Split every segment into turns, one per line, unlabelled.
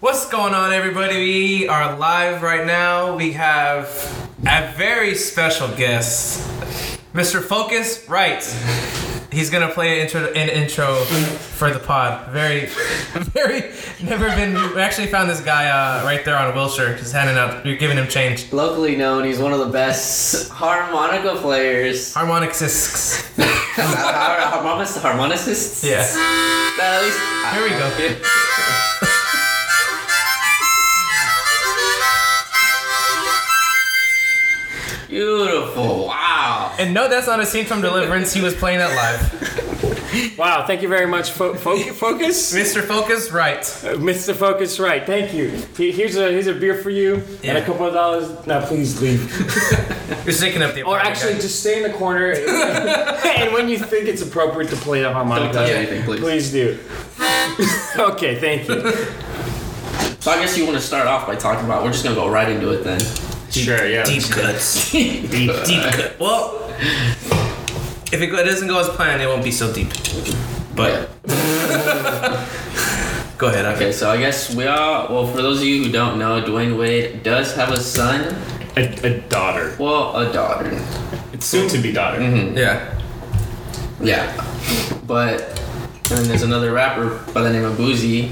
What's going on, everybody? We are live right now. We have a very special guest, Mr. Focus Right. He's gonna play an intro, an intro for the pod. Very, very. Never been. We actually found this guy uh, right there on Wilshire. Just handing out. You're giving him change.
Locally known, he's one of the best harmonica players.
Harmonicists.
Har- harmonicist, harmonicists.
Yeah.
Nah, at least.
Here we go.
Beautiful. Wow.
And no, that's not a scene from Deliverance. He was playing that live.
Wow, thank you very much, fo- fo- Focus, Uh,
Mr. Focus Right.
Mr. Focus. Right, thank you. He- Here's a here's a beer for you and
Yeah.
a couple of dollars. Now please leave,
You're sticking up the.
or
apartment,
actually
guys.
just stay in the corner. and when you think it's appropriate to play the
Don't
harmonica,
touch anything, please.
please do. okay, thank you.
So I guess you want to start off by talking about. We're just gonna go right into it then.
Sure, yeah.
deep cuts. deep, deep cut. Well, if it go- it doesn't go as planned, it won't be so deep. But go ahead. I
Okay, so I guess we are. Well, for those of you who don't know, Dwayne Wade does have a son.
A, a daughter,
Well, a daughter.
it's soon to be daughter.
Yeah.
Yeah. But and then there's another rapper by the name of Boozy.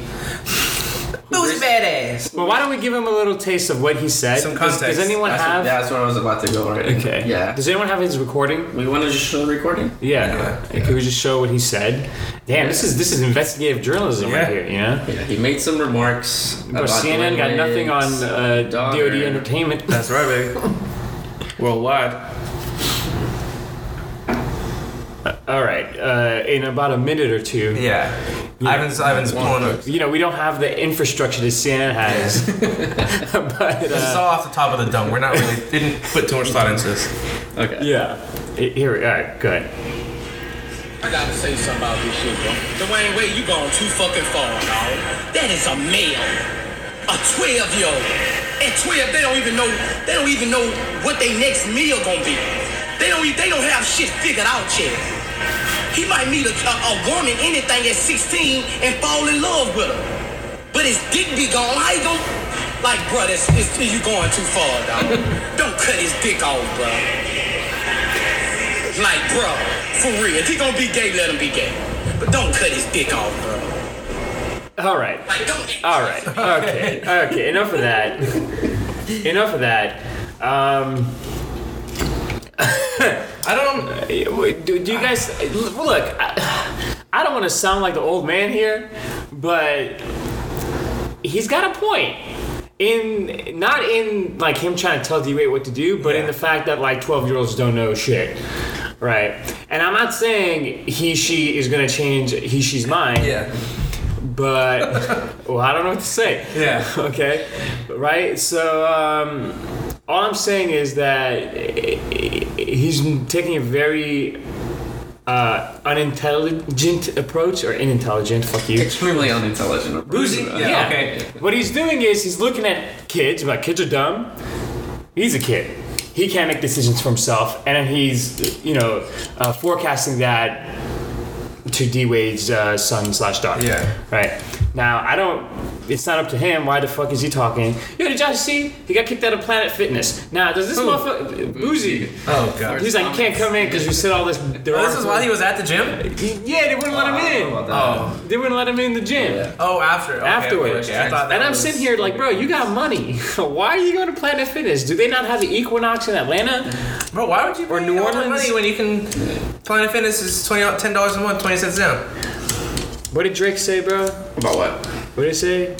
Those badass.
Well, why don't we give him a little taste of what he said?
Some
Does- Does,
context.
anyone
That's,
have?
what, that's where I was about to go. Right.
Okay.
Yeah.
Does anyone have his recording?
we want to just show the recording.
Yeah.
Yeah.
Could we just show what he said? Damn, this is this is investigative journalism
Yeah.
right here. You know.
Yeah, he made some remarks.
But
about
CNN got
Dwayne
nothing on
Wade's
uh, DoD
daughter.
Entertainment.
That's right, baby. Worldwide.
All right, uh, in about a minute or two.
Yeah. Ivan's Ivan's pulling up.
You know, we don't have the infrastructure that CNN has. but
This is
uh,
all off the top of the dome. We're not really didn't put too much thought into this.
Okay.
yeah, I- here we all right, good.
I gotta say something about this shit, bro. Dwayne Wade, you gone too fucking far, dog. That is a male, a 12 year old. At 12, they don't even know. They don't even know what their next meal gonna be. They don't. e- They don't have shit figured out yet. He might meet a, a, a woman, anything at 16, and fall in love with her. But his dick be gone. How you gon' Like, bro, that's, it's, you going too far, dog. don't cut his dick off, bro. Like, bro, for real. If he gonna be gay, let him be gay. But don't cut his dick off, bro.
All right,
Like, don't.
all right, okay, okay. Enough of that. enough of that. Um,
I don't.
eh, wait, do, do you guys look? I, I don't want to sound like the old man here, but he's got a point in not in like him trying to tell D-Wade what to do, but in
Yeah.
the fact that like 12 year olds don't know shit. Right. And I'm not saying he she is gonna change he she's mine,
Yeah.
but well I don't know what to say.
Yeah.
Okay. Right? So um all I'm saying is that he's taking a very uh, unintelligent approach or inintelligent, fuck you.
Extremely unintelligent.
Boozy.
Uh,
Yeah, okay.
What he's doing is he's looking at kids. Like kids are dumb. He's a kid. He can't make decisions for himself, and then he's you know uh, forecasting that to D Wade's uh, son slash daughter.
Yeah.
Right. Now I don't. It's not up to him. Why the fuck is he talking? Yo, did y'all see? He got kicked out of Planet Fitness. Now does this motherfucker Boozy?
Oh god.
He's like, you can't come in because you said all this.
Oh, this is while he was at the gym.
Yeah, they wouldn't let him in.
Oh.
They wouldn't let him in the gym.
Yeah.
Oh, after. Okay, okay,
Afterwards,
okay. I thought that
and I'm
was-
sitting here like, bro, you got money. Why are you going to Planet Fitness? Do they not have the Equinox in Atlanta?
Bro, why would you
Or
pay
New
all that
Orleans?
money when you can Planet Fitness is twenty ten dollars a month, twenty cents down.
What did Drake say, bro?
About what?
What did he say?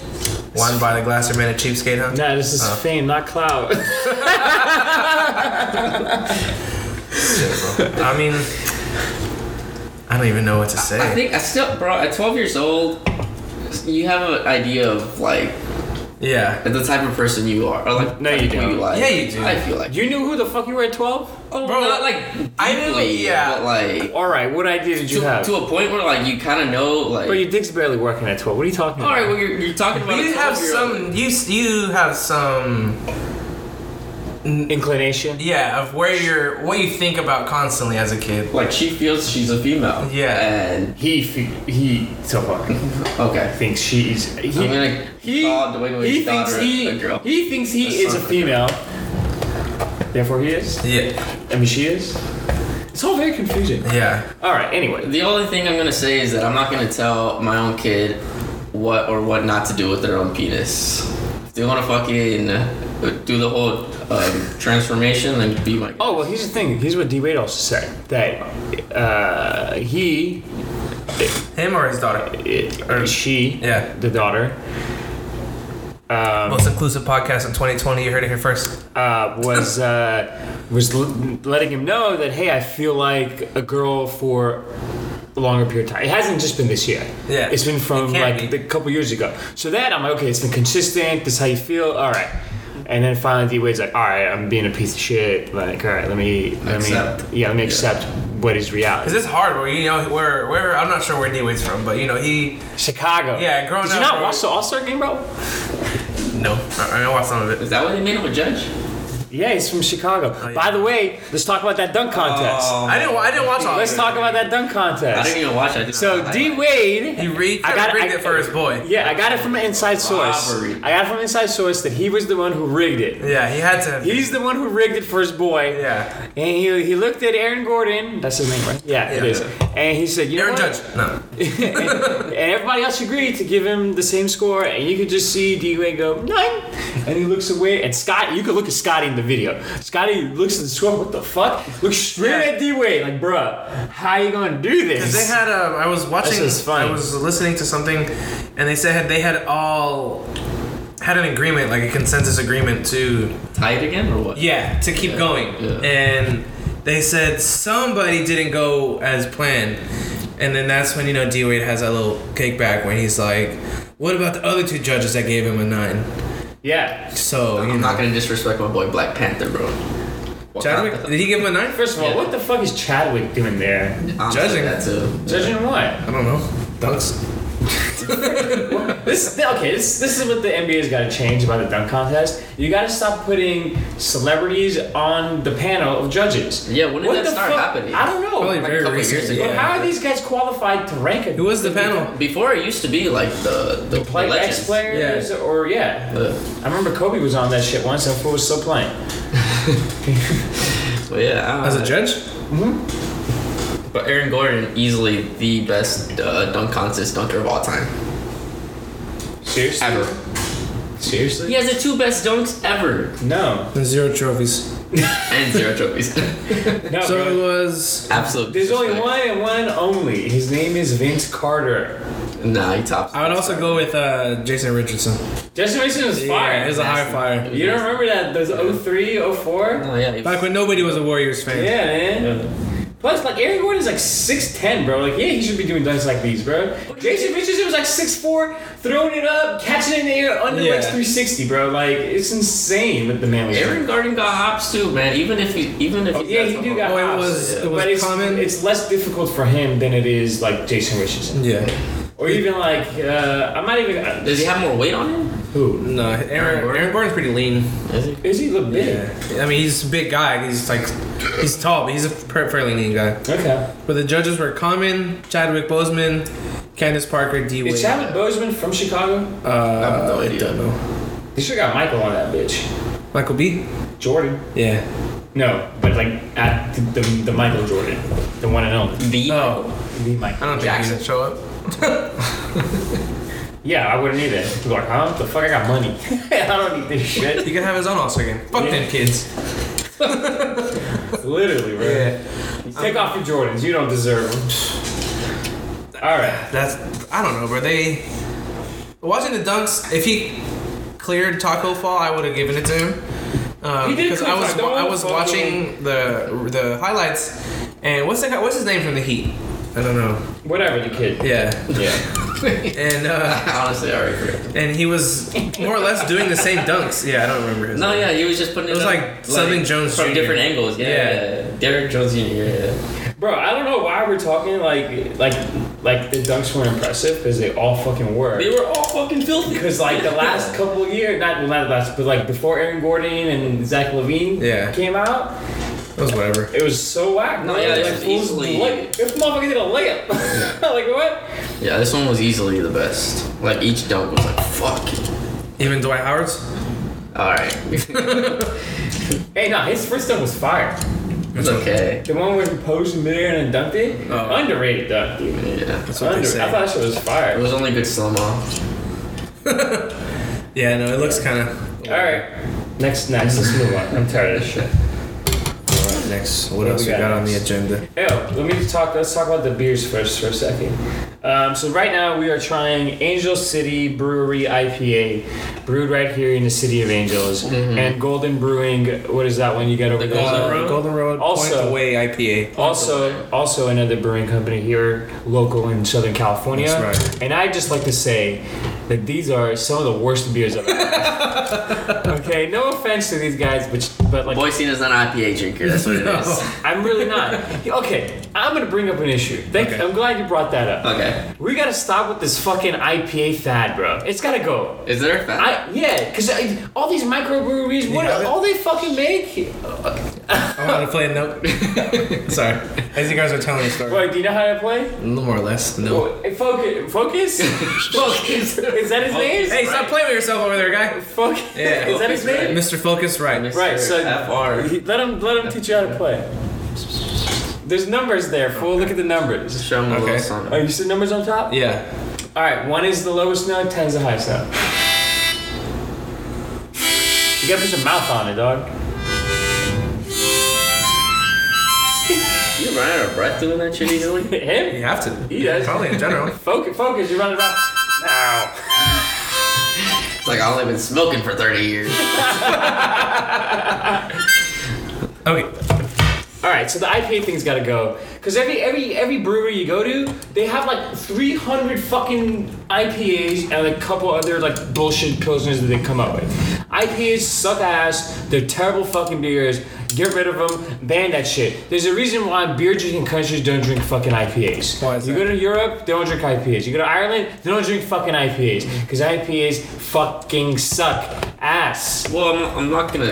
Wine by the glass or man a cheapskate, huh?
Nah, this is fame, not clout.
I mean, I don't even know what to say.
I think I still, bro. At 12 years old, you have an idea of like
yeah.
the type of person you are, or like
No, you
who
don't.
You like.
Yeah, you do.
I feel like.
you knew who the fuck you were at 12?
Oh,
Bro,
not like
I knew-
deeply,
yeah.
but like
All right, what idea did you
to,
have?
to a point where like you kind of know like.
bro, your dick's barely working at 12. What are you talking
all
about?
right, well you're, you're talking about. a
You have
12-year-old.
some. You you have some
inclination.
Yeah, of where you're, what you think about constantly as a kid.
Like she feels she's a female.
Yeah.
And
He f- he so far
okay.
thinks she's he
I'm gonna
he,
call Dwayne Wade's
he thinks
daughter
he
a girl.
he thinks he
A
is a
son.
female. Therefore, he is.
Yeah,
I mean, she is. It's all very confusing.
yeah.
All right. Anyway,
The only thing I'm gonna say is that I'm not gonna tell my own kid what or what not to do with their own penis. If they wanna fucking uh, do the whole um, transformation, then be my.
Oh well, here's the thing. Here's what D Wade also said that uh, he,
Him or his daughter?
or she,
Yeah.
the daughter, Um,
Most inclusive podcast in 2020. You heard it here first.
uh, was uh, was l- letting him know that hey, I feel like a girl for a longer period of time. It hasn't just been this year.
Yeah.
it's been from
It can
like
be.
a couple years ago. So that I'm like, okay, it's been consistent. This is how you feel. All right. And then finally, D Wade's like, "All right, I'm being a piece of shit. Like, all right, let me, let
Accept.
me, yeah, let me accept what is reality."
Cause it's hard. Where you know where where I'm not sure where D Wade's from, but you know he.
Chicago.
Yeah, growing
Did you
up,
not
bro.
watch the All Star game, bro?
No, I, I watched some of it.
Is that what they made him a judge?
Yeah, he's from Chicago.
Oh, yeah. Oh.
By the way, let's talk about that dunk contest.
I didn't. wa- I didn't watch all.
let's
of it.
talk about that dunk
I
contest.
didn't even watch. it, I just
So D Wade,
He re-
I got-
rigged
I-
it for his boy.
yeah, I got it from an inside source.
Robbery.
I got it from an inside source that he was the one who rigged it.
Yeah, he had to. have-
He's the one who rigged it for his boy.
yeah,
And he, he looked at Aaron Gordon. That's his name, right? Yeah, it
Yeah.
is. And he said, "You
Aaron
know what?
Judge. No.
and everybody else agreed to give him the same score, and you could just see D Wade go nine, and he looks away, and Scott, you could look at Scotty in the video. Scotty looks at the score, what the fuck? Looks straight
Yeah.
at D Wade, like, bruh, how you gonna do this?
Because they had, um, I was watching,
This is fun.
I was listening to something, and they said they had all had an agreement, like a consensus agreement to,
tie it again or what?
yeah, to keep going.
yeah.
And they said somebody didn't go as planned. And then that's when, you know, D Wade has that little kickback when he's like, what about the other two judges that gave him a nine?
yeah.
So, you
I'm
know.
not gonna disrespect my boy Black Panther, bro. Wakanda.
Chadwick, did he give him a nine?
First of all, what the fuck is Chadwick doing there?
I'm
Judging.
that too.
Judging what?
I don't know. Dunks?
This okay. This this is what the NBA's got to change about the dunk contest. You got to stop putting celebrities on the panel of judges.
Yeah, when did
What
that
the
start
fuck?
happening?
I don't know.
Probably
Oh, Like a
very
couple
recently.
years ago.
But
yeah.
how are these guys qualified to rank it?
Who was the panel?
Before it used to be like the the,
play
legends.
ex players
Yeah.
or yeah?
The-
I remember Kobe was on that shit once and fool was still playing.
But yeah, I
As
don't
a
know.
judge?
But Aaron Gordon, easily the best uh, dunk contest dunker of all time,
Seriously?
ever.
Seriously?
He has the two best dunks ever,
No.
Zero trophies.
and zero trophies.
No.
So it
bro.
was.
Absolute.
There's only
disrespect.
one and one only. His name is Vince Carter.
Nah, he tops.
I would also go with uh, Jason Richardson.
Jason Mason was fire.
Yeah, he's a high flyer.
you don't remember that? Those 03, 04?
Oh yeah. he was-
Back when nobody was a Warriors fan.
Yeah, man. Plus, like, Aaron Gordon's like 6'10, bro. Like, yeah, he should be doing dunks like these, bro. Jason Richardson was like 6'4, throwing it up, catching it in the air, under
Yeah.
like 360, bro. Like, it's insane what the man was
Aaron
doing.
Gordon got hops too, man. Even if he, even if
Yeah, he do got
Oh, it
hops,
was- it was
but it's,
common.
it's less difficult for him than it is like Jason Richardson,
Yeah.
or even like uh, I'm not even. Uh,
Does he have more weight on him?
who
No, Aaron,
Gordon?
Aaron Gordon's pretty lean.
Is he?
is he? Look big.
I mean, he's a big guy. He's like, he's tall, but he's a fa- fairly lean guy.
Okay.
But the judges were Common, Chadwick Boseman, Candace Parker, D. Wade.
Is Chadwick Boseman from Chicago?
I
uh,
have no idea.
don't know.
They should got Michael on that bitch.
Michael B.
Jordan.
Yeah.
No, but like at the, the, the Michael Jordan, the one and only.
The
Oh,
The Michael.
I don't think he
Jackson.
didn't show up.
Yeah, I wouldn't either. People are like, huh? The fuck? I got money. I don't need this shit.
He could have his own All-Star game. Fuck them kids.
Literally, bro. Take off your Jordans. You don't deserve them. All right.
That's I don't know, bro. They watching the dunks. If he cleared Taco Fall, I would have given it to him. Um,
He did
because I
clear
was
Taco
I was
Fall.
watching the the highlights, and what's the guy- what's his name from the Heat? I don't know.
Whatever, the kid.
Yeah,
Yeah.
and uh,
Honestly, I already forgot.
and he was more or less doing the same dunks. Yeah, I don't remember his.
No,
name.
yeah, he was just putting it.
was
up,
like Southern Jones
from
Jr..
different angles. Yeah,
Yeah.
yeah. Derrick Jones Jr. Yeah, yeah.
Bro, I don't know why we're talking like like like the dunks weren't impressive because they all fucking were.
They were all fucking filthy.
Because like the last couple of years, not well, not the last, but like before Aaron Gordon and Zach Levine
Yeah.
came out,
It was whatever.
it was so whack.
No,
bro.
yeah,
like,
it was
fools
easily-
Like, this motherfucker did a layup. like what?
Yeah, this one was easily the best. Like each dunk was like fuck.
Even Dwight Howard's.
All right,
Hey, no, his first dunk was fire.
it's okay.
The one where he posed in midair and then dunked it.
Oh.
Underrated dunk. Dude.
Yeah,
what they
Under- I
say.
thought that shit was
it
fire.
was only good slow mo.
Yeah, no, it looks kind of.
All right, next, next, let's move on. I'm tired of this shit.
Next, what,
do
else
we
we
got
got on the
next?
agenda?
Yo, let me just talk. Let's talk about the beers first for a second. Um, so right now we are trying Angel City Brewery IPA, brewed right here in the city of Angels, and Golden Brewing. What is that one you got over
The
there?
Golden Road?
Mm-hmm. Uh, Golden Road
Also-
Point the Way IPA.
Also, also another brewing company here, local in Southern California.
That's right.
And I just like to say that these are some of the worst beers I've ever had. okay, no offense to these guys, but but like
Boise is not an IPA drinker. That's what it is.
I'm really not. Okay, I'm gonna bring up an issue. Thank,
Okay.
I'm glad you brought that up.
Okay,
We gotta stop with this fucking IPA fad, bro. It's gotta go.
is there a fact?
I yeah, cause I, all these microbreweries, what
have it?
all they fucking make?
I'm gonna play a note. Sorry, as you guys were telling the story,
Wait, do you know how to play?
more or less. No.
Oh, hey, focus, focus, focus. Is that his name?
Hey, stop playing with yourself over there, guy.
focus.
Yeah.
Is that his
Focus,
Mr.
name?
Focus, right?
Right. So
FR.
he- let him let him teach you how to play. There's numbers there, fool. Look at the numbers.
Show him a
Okay.
little something.
Oh, you see numbers on top?
Yeah.
All right, one is the lowest note, ten's the highest note. You gotta put your mouth on it, dog.
You running out of breath doing that shit easily?
You
Him?
have to.
He does.
Probably in general.
Focus, focus. You're running around. Now.
It's like I only been smoking for 30 years.
Okay.
All right, so the IPA thing's got to go because every every every brewery you go to, they have like 300 fucking IPAs and a couple other like bullshit pilsners that they come up with. IPAs suck ass. They're terrible fucking beers. Get rid of them. Ban that shit. There's a reason why beer drinking countries don't drink fucking IPAs.
Why is
you
that?
go to Europe, they don't drink IPAs. You go to Ireland, they don't drink fucking IPAs because IPAs fucking suck ass.
Well, I'm, I'm not gonna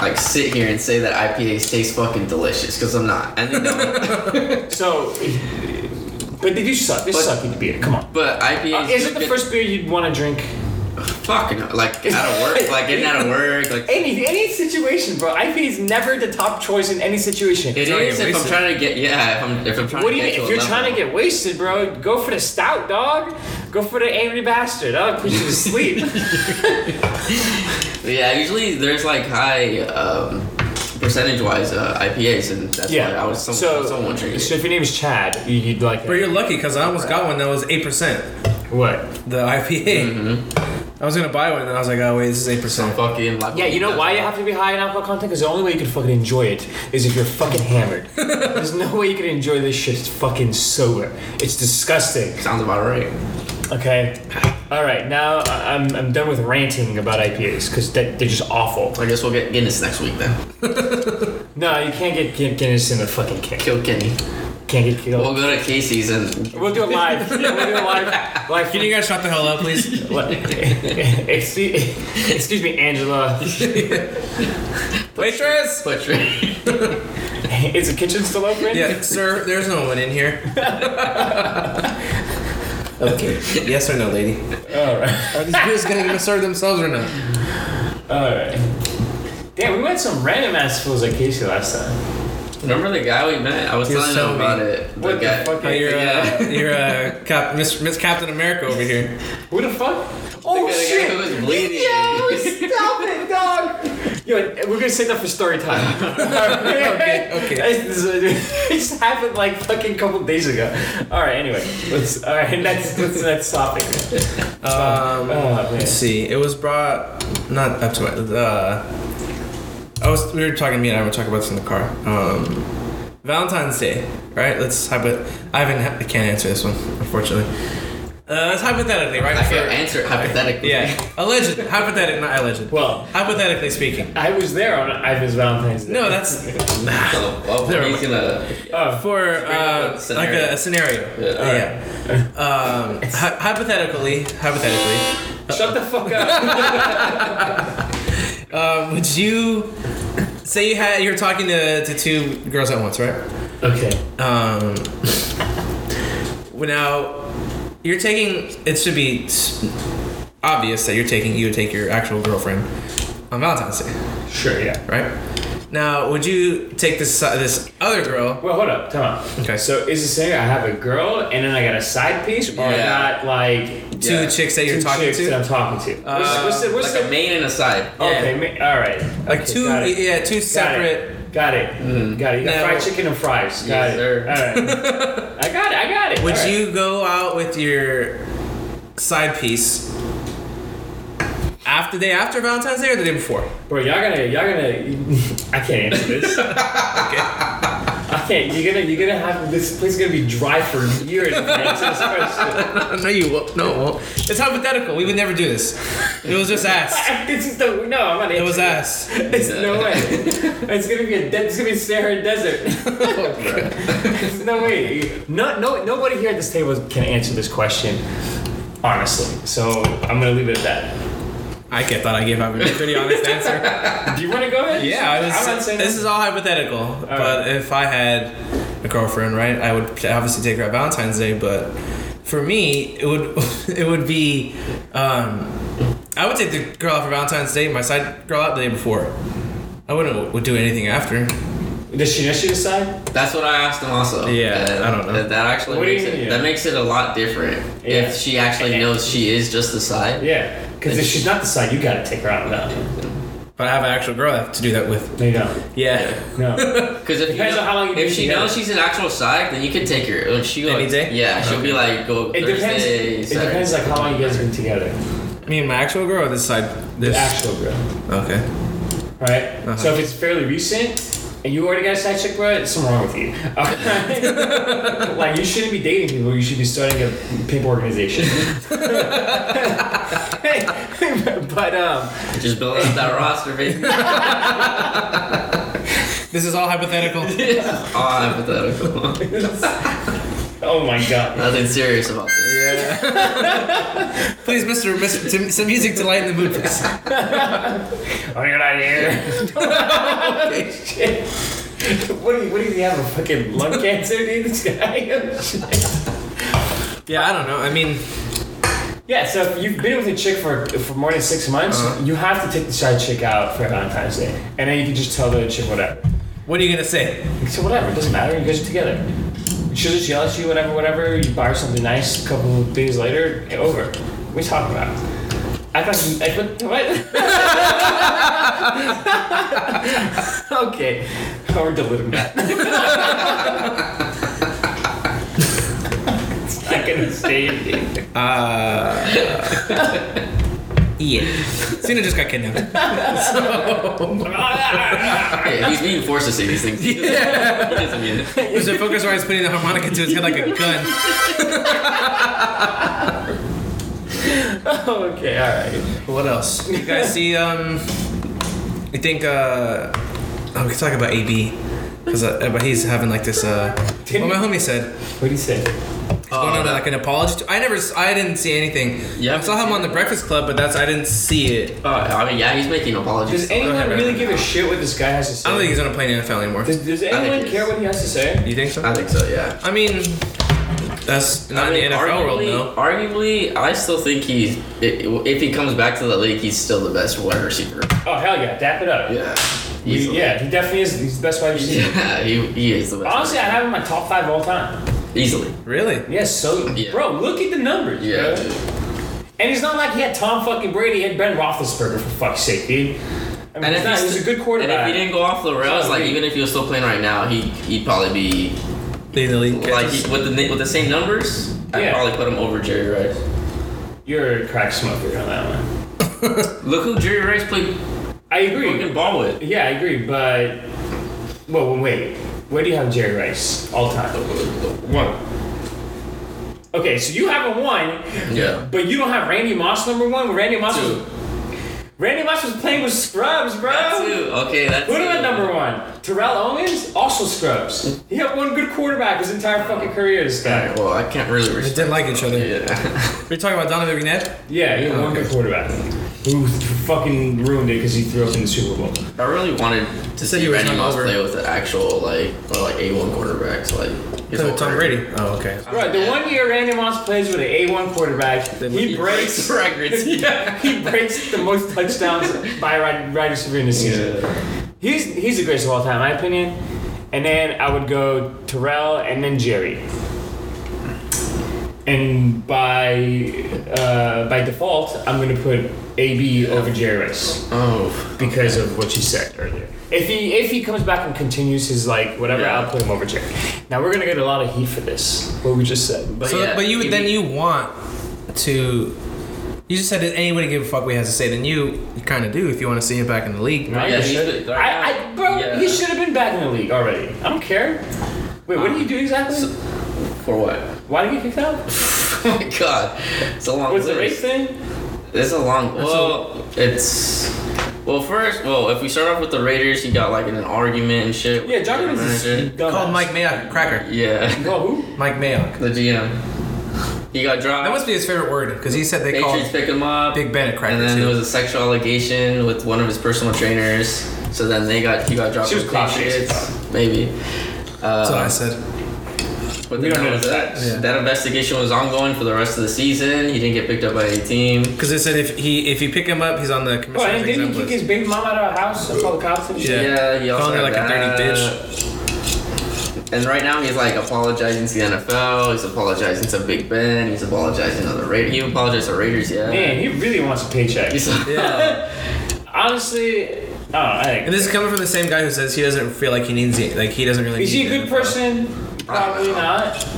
like sit here and say that IPAs taste fucking delicious because I'm not. And they don't.
So, but they do suck. They
But-
suck in beer. Come on.
but IPAs.
Uh, is it the
good-
first beer you'd want to drink?
Fucking like out of work, like getting out of work, like.
Any any situation, bro. IPA is never the top choice in any situation.
It
not
is
even
if I'm
wasted.
trying to get yeah if I'm if I'm trying
what do
to
you
get
mean?
to a
If you're
level.
trying to get wasted, bro, go for the stout, dog. Go for the angry bastard. I'll put you to sleep.
yeah usually there's like high um, percentage wise uh, IPAs and that's why I was some,
so,
someone drinking.
so if your name is Chad, you, you'd like
But you're lucky because I almost got one that was eight percent.
what?
The IPA. I was gonna buy one and I was like, oh wait, this is eight percent.
fucking like,
Yeah, you know why you have to be high in alcohol content? Because the only way you can fucking enjoy it is if you're fucking hammered. There's no way you can enjoy this shit fucking sober. It's disgusting.
sounds about right.
Okay. All right. Now I- I'm, I'm done with ranting about IPAs because they're just awful.
I guess we'll get Guinness next week then.
No, you can't get Guin- Guinness in the fucking can.
Kill Kenny.
Can't get killed.
We'll
We'll,
go to Casey's and
do it live. we'll do it live. Live.
Can you guys shut the hell up, please?
excuse, excuse me, Angela.
Waitress.
butcher.
Is the kitchen still open?
Yeah, sir. There's no one in here. okay. Yes or no, lady?
All right.
Are these beers gonna gonna serve themselves or not?
All right. Damn, we went some random ass fools at Casey last time.
Remember the guy we met? I was
He was
telling
so
him about
mean.
it. The
What
guy-
the fuck?
Oh, you're uh,
Yeah.
you're uh, Cap- Miss, Miss Captain America over here.
Who the fuck? Oh
guy
shit!
who was bleeding.
Yo, stop it, dog! Yo, we're gonna save that for story time. okay,
okay.
It just happened like fucking couple days ago. All right, anyway, let's. All right, next, let's next topic.
Um,
Oh, man.
let's see. It was brought not up to my. Uh, I was we were talking. Me and I were talking about this in the car. Um, Valentine's Day, right? Let's have it. I haven't. I can't answer this one, unfortunately. Uh, that's hypothetically, right?
I
For-
can answer it hypothetically.
yeah, alleged, hypothetically, not alleged.
Well-
hypothetically speaking.
I was there on Ivan's Valentine's Day.
No, that's nah.
So, well,
Never
he's gonna.
Oh,
for uh,
up
like
scenario.
a, a scenario.
Yeah, all
Yeah. Um, hy- hypothetically, hypothetically,
shut the fuck up.
um, would you say you had you're talking to, to two girls at once, right?
okay.
Um, well, now you're taking. It should be s- obvious that you're taking. You would take your actual girlfriend on Valentine's Day,
Sure, yeah.
right? Now, would you take this si- this other girl?
Well, hold up, time out.
Okay.
So is it saying I have a girl and then I got a side piece, or
Yeah.
I got like
Two
Yeah.
chicks that you're
two
talking
chicks
to,
that I'm talking to?
Uh,
what's the, what's
like a
the,
main and a side.
okay, ma- all right.
like
Okay,
two,
got it.
yeah, two
Got
separate.
it. Got it. Got it. You got
Now-
fried chicken and fries. Got
Mm. Yes,
it.
sir.
All right. I got it. I got it.
Would
All right.
you go out with your side piece after the day after Valentine's Day or the day before?
Bro, y'all gonna, y'all gonna. I can't answer this. I can't. You're gonna, you're gonna have this place is gonna be dry for years. if I answer this question.
no, you won't. No, it won't. It's hypothetical. We would never do this. It was just asked.
this is the no. I'm not.
It was
answering
asked.
There's no way. It's gonna be a de- it's gonna be Sahara Desert. There's no way. No, no, nobody here at this table can answer this question, honestly. So I'm gonna leave it at that.
I get thought I gave out a pretty honest answer.
Do you want to go ahead?
Yeah, I was,
I'm not saying
this is all hypothetical. but if I had a girlfriend, right, I would obviously take her out Valentine's Day. But for me, it would it would be um, I would take the girl out for Valentine's Day, my side girl out the day before. I wouldn't would do anything after.
Does she? Does she decide?
That's what I asked him also.
Yeah,
And
I don't know.
That, that actually
What do you
makes it
mean, yeah?
that makes it a lot different
Yeah.
if she actually knows she is just the side.
Yeah. Because if she's not decide, you gotta take her out. No,
But I have an actual girl I have to do that with.
no, you don't.
Yeah.
No.
Because if
Depends
you know,
on how long you've
if
been
she
together.
knows she's an actual side, then you could take her. Like she
Any day?
Yeah, she'll be like go
It depends.
Thursday.
It
Saturday.
depends like how long you guys have been together.
I mean, my actual girl or this side. This.
The actual girl.
Okay.
right? So
Uh-huh.
if it's fairly recent and you already got a side chick, bro, it's something wrong with you. Alright? like you shouldn't be dating people. You should be starting a pimp organization. but um,
Just build up that roster, baby. Oh,
This is all hypothetical.
All hypothetical.
oh my god.
Nothing serious about this.
Yeah. please, Mister, Mister, to- some music to lighten the mood, please.
Oh, you're not here. Shit. What do you, what do you have a fucking lung cancer, dude? This guy.
Yeah, I don't know. I mean,
yeah. So if you've been with a chick for for more than six months, you have to take the side chick out for Valentine's Day, and then you can just tell the chick whatever.
what are you gonna say?
So whatever, it doesn't matter. You guys are together. She'll just yell at you, whatever, whatever. You buy her something nice. A couple of days later, eh, over. We talk about. I thought. I thought. What? okay. Oh, we're delivering that. it's not gonna stay. in.
Yeah. Cena just got kidnapped.
Yeah, he's being forced to say these things. He
Yeah.
doesn't mean it.
Mr. Focus Ryan's putting the harmonica to his head like a gun.
okay. All right.
What else? You guys see? Um, you think? Uh, oh, we can talk about AB because uh, but he's having like this. Uh, what my homie said.
What do you say?
He's going on like an apology. To, I never. s- I didn't see anything.
Yeah.
I saw him on the Breakfast Club, but that's I didn't see it.
Oh, I mean, yeah, he's making apologies.
Does anyone
Okay,
really
right.
give a shit what this guy has to say?
I don't think he's gonna play in the NFL anymore.
Does, does
think
anyone
he
care
is.
what he has to say?
You think so?
I think so. Yeah.
I mean, that's not
I mean,
in the NFL world,
arguably,
no.
Arguably, I still think he's. i- If he comes back to the league, he's still the best wide receiver.
Oh hell yeah, dap it up.
Yeah.
He-
Easily.
yeah, he definitely is. He's the best wide receiver.
Yeah, he, he is the best.
Honestly, I have him in my top five of all time.
Easily.
Really?
Yes, so
Yeah.
bro, look at the numbers.
Yeah.
bro. And it's not like he had Tom fucking Brady. He had Ben Roethlisberger for fuck's sake, dude. I mean,
And
he's
if
not-
he
he's
st-
a good quarterback.
And if he didn't go off the rails,
Oh,
like
dude.
even if he was still playing right now, he he'd probably be
Leading the league.
like
catches.
he, with the na- with the same numbers. I'd
Yeah.
probably put him over Jerry Rice.
You're a crack smoker on that one.
Look who Jerry Rice played
I agree.
fucking ball with.
Yeah, I agree. But well, wait. Where do you have Jerry Rice all time?
One.
Okay, so you have a one,
Yeah.
but you don't have Randy Moss number one. Randy Moss
Two.
was Randy Moss was playing with scrubs, bro.
Two. Okay, that's
Who do
two.
I have number one? Terrell Owens, also scrubs. He had one good quarterback his entire fucking career. This guy.
Well, I can't really
They
respect.
didn't like each other.
Yeah.
We're talking about Donovan McNabb.
Yeah, he had one good quarterback. Who fucking ruined it because he threw up in the Super Bowl.
I really wanted
Said
to see
he was
Randy
not
Moss
over.
play with an actual like or like A one quarterbacks like his
So
whole
Tom
career.
Brady. Oh, okay.
Right, the one year Randy Moss plays with an A1 quarterback, he
he
breaks
breaks records.
yeah, he breaks the most touchdowns by Rod- Roger Severe in the season. He's he's the greatest of all time, in my opinion. And then I would go Terrell and then Jerry. And by uh, by default, I'm gonna put AB over Jerry Rice
Oh.
because of what you said earlier. If he if he comes back and continues his like whatever,
Yeah.
I'll put him over Jerry. Now we're gonna get a lot of heat for this what we just said, but
So,
yeah,
but you
he-
then you want to. You just said that anybody give a fuck what he has to say. Then you, you kind of do if you want to see him back in the league.
No,
Oh, Yeah,
you
he
should.
should-
I, I, bro,
Yeah.
he should have been back in the league already. I don't care. Wait, what did he do exactly?
For what?
Why did he get kicked out?
Oh my god. It's a long
What's the
list.
race thing?
It's a long well it's well first well if we start off with the Raiders he got like in an argument and shit. with
Yeah, John
the
Evans is
manager.
dumbass.
Called Mike Mayock cracker.
Yeah.
Call who?
Mike Mayock.
the GM. He got dropped.
That must be his favorite word because he said they
Patriots
called
pick him up.
Big Ben a cracker
And then
too.
there was a sexual allegation with one of his personal trainers. So then they got he got dropped.
She was
with
clout
Patriots,
chasing.
maybe. Uh,
That's what I said.
but
We
then that,
don't know
was
that.
that,
Yeah.
that investigation was ongoing for the rest of the season. He didn't get picked up by any team.
Because they said if he if you pick him up, he's on the
Oh,
commissioner's
and didn't
exempt
he kick
list.
his baby mom out of the house and call the cops and shit?
Yeah.
Yeah, he also
Calling her
had
like a dirty
that.
bitch.
And right now he's like apologizing to the NFL. He's apologizing to Big Ben. He's apologizing to the Raiders. He apologized to Raiders. Yeah.
Man, he really wants a paycheck.
He's-
Yeah.
Honestly, I don't know. I
And
think.
this is coming from the same guy who says he doesn't feel like he needs it. Like he doesn't really.
Is he a
need
good
it.
person? Probably not.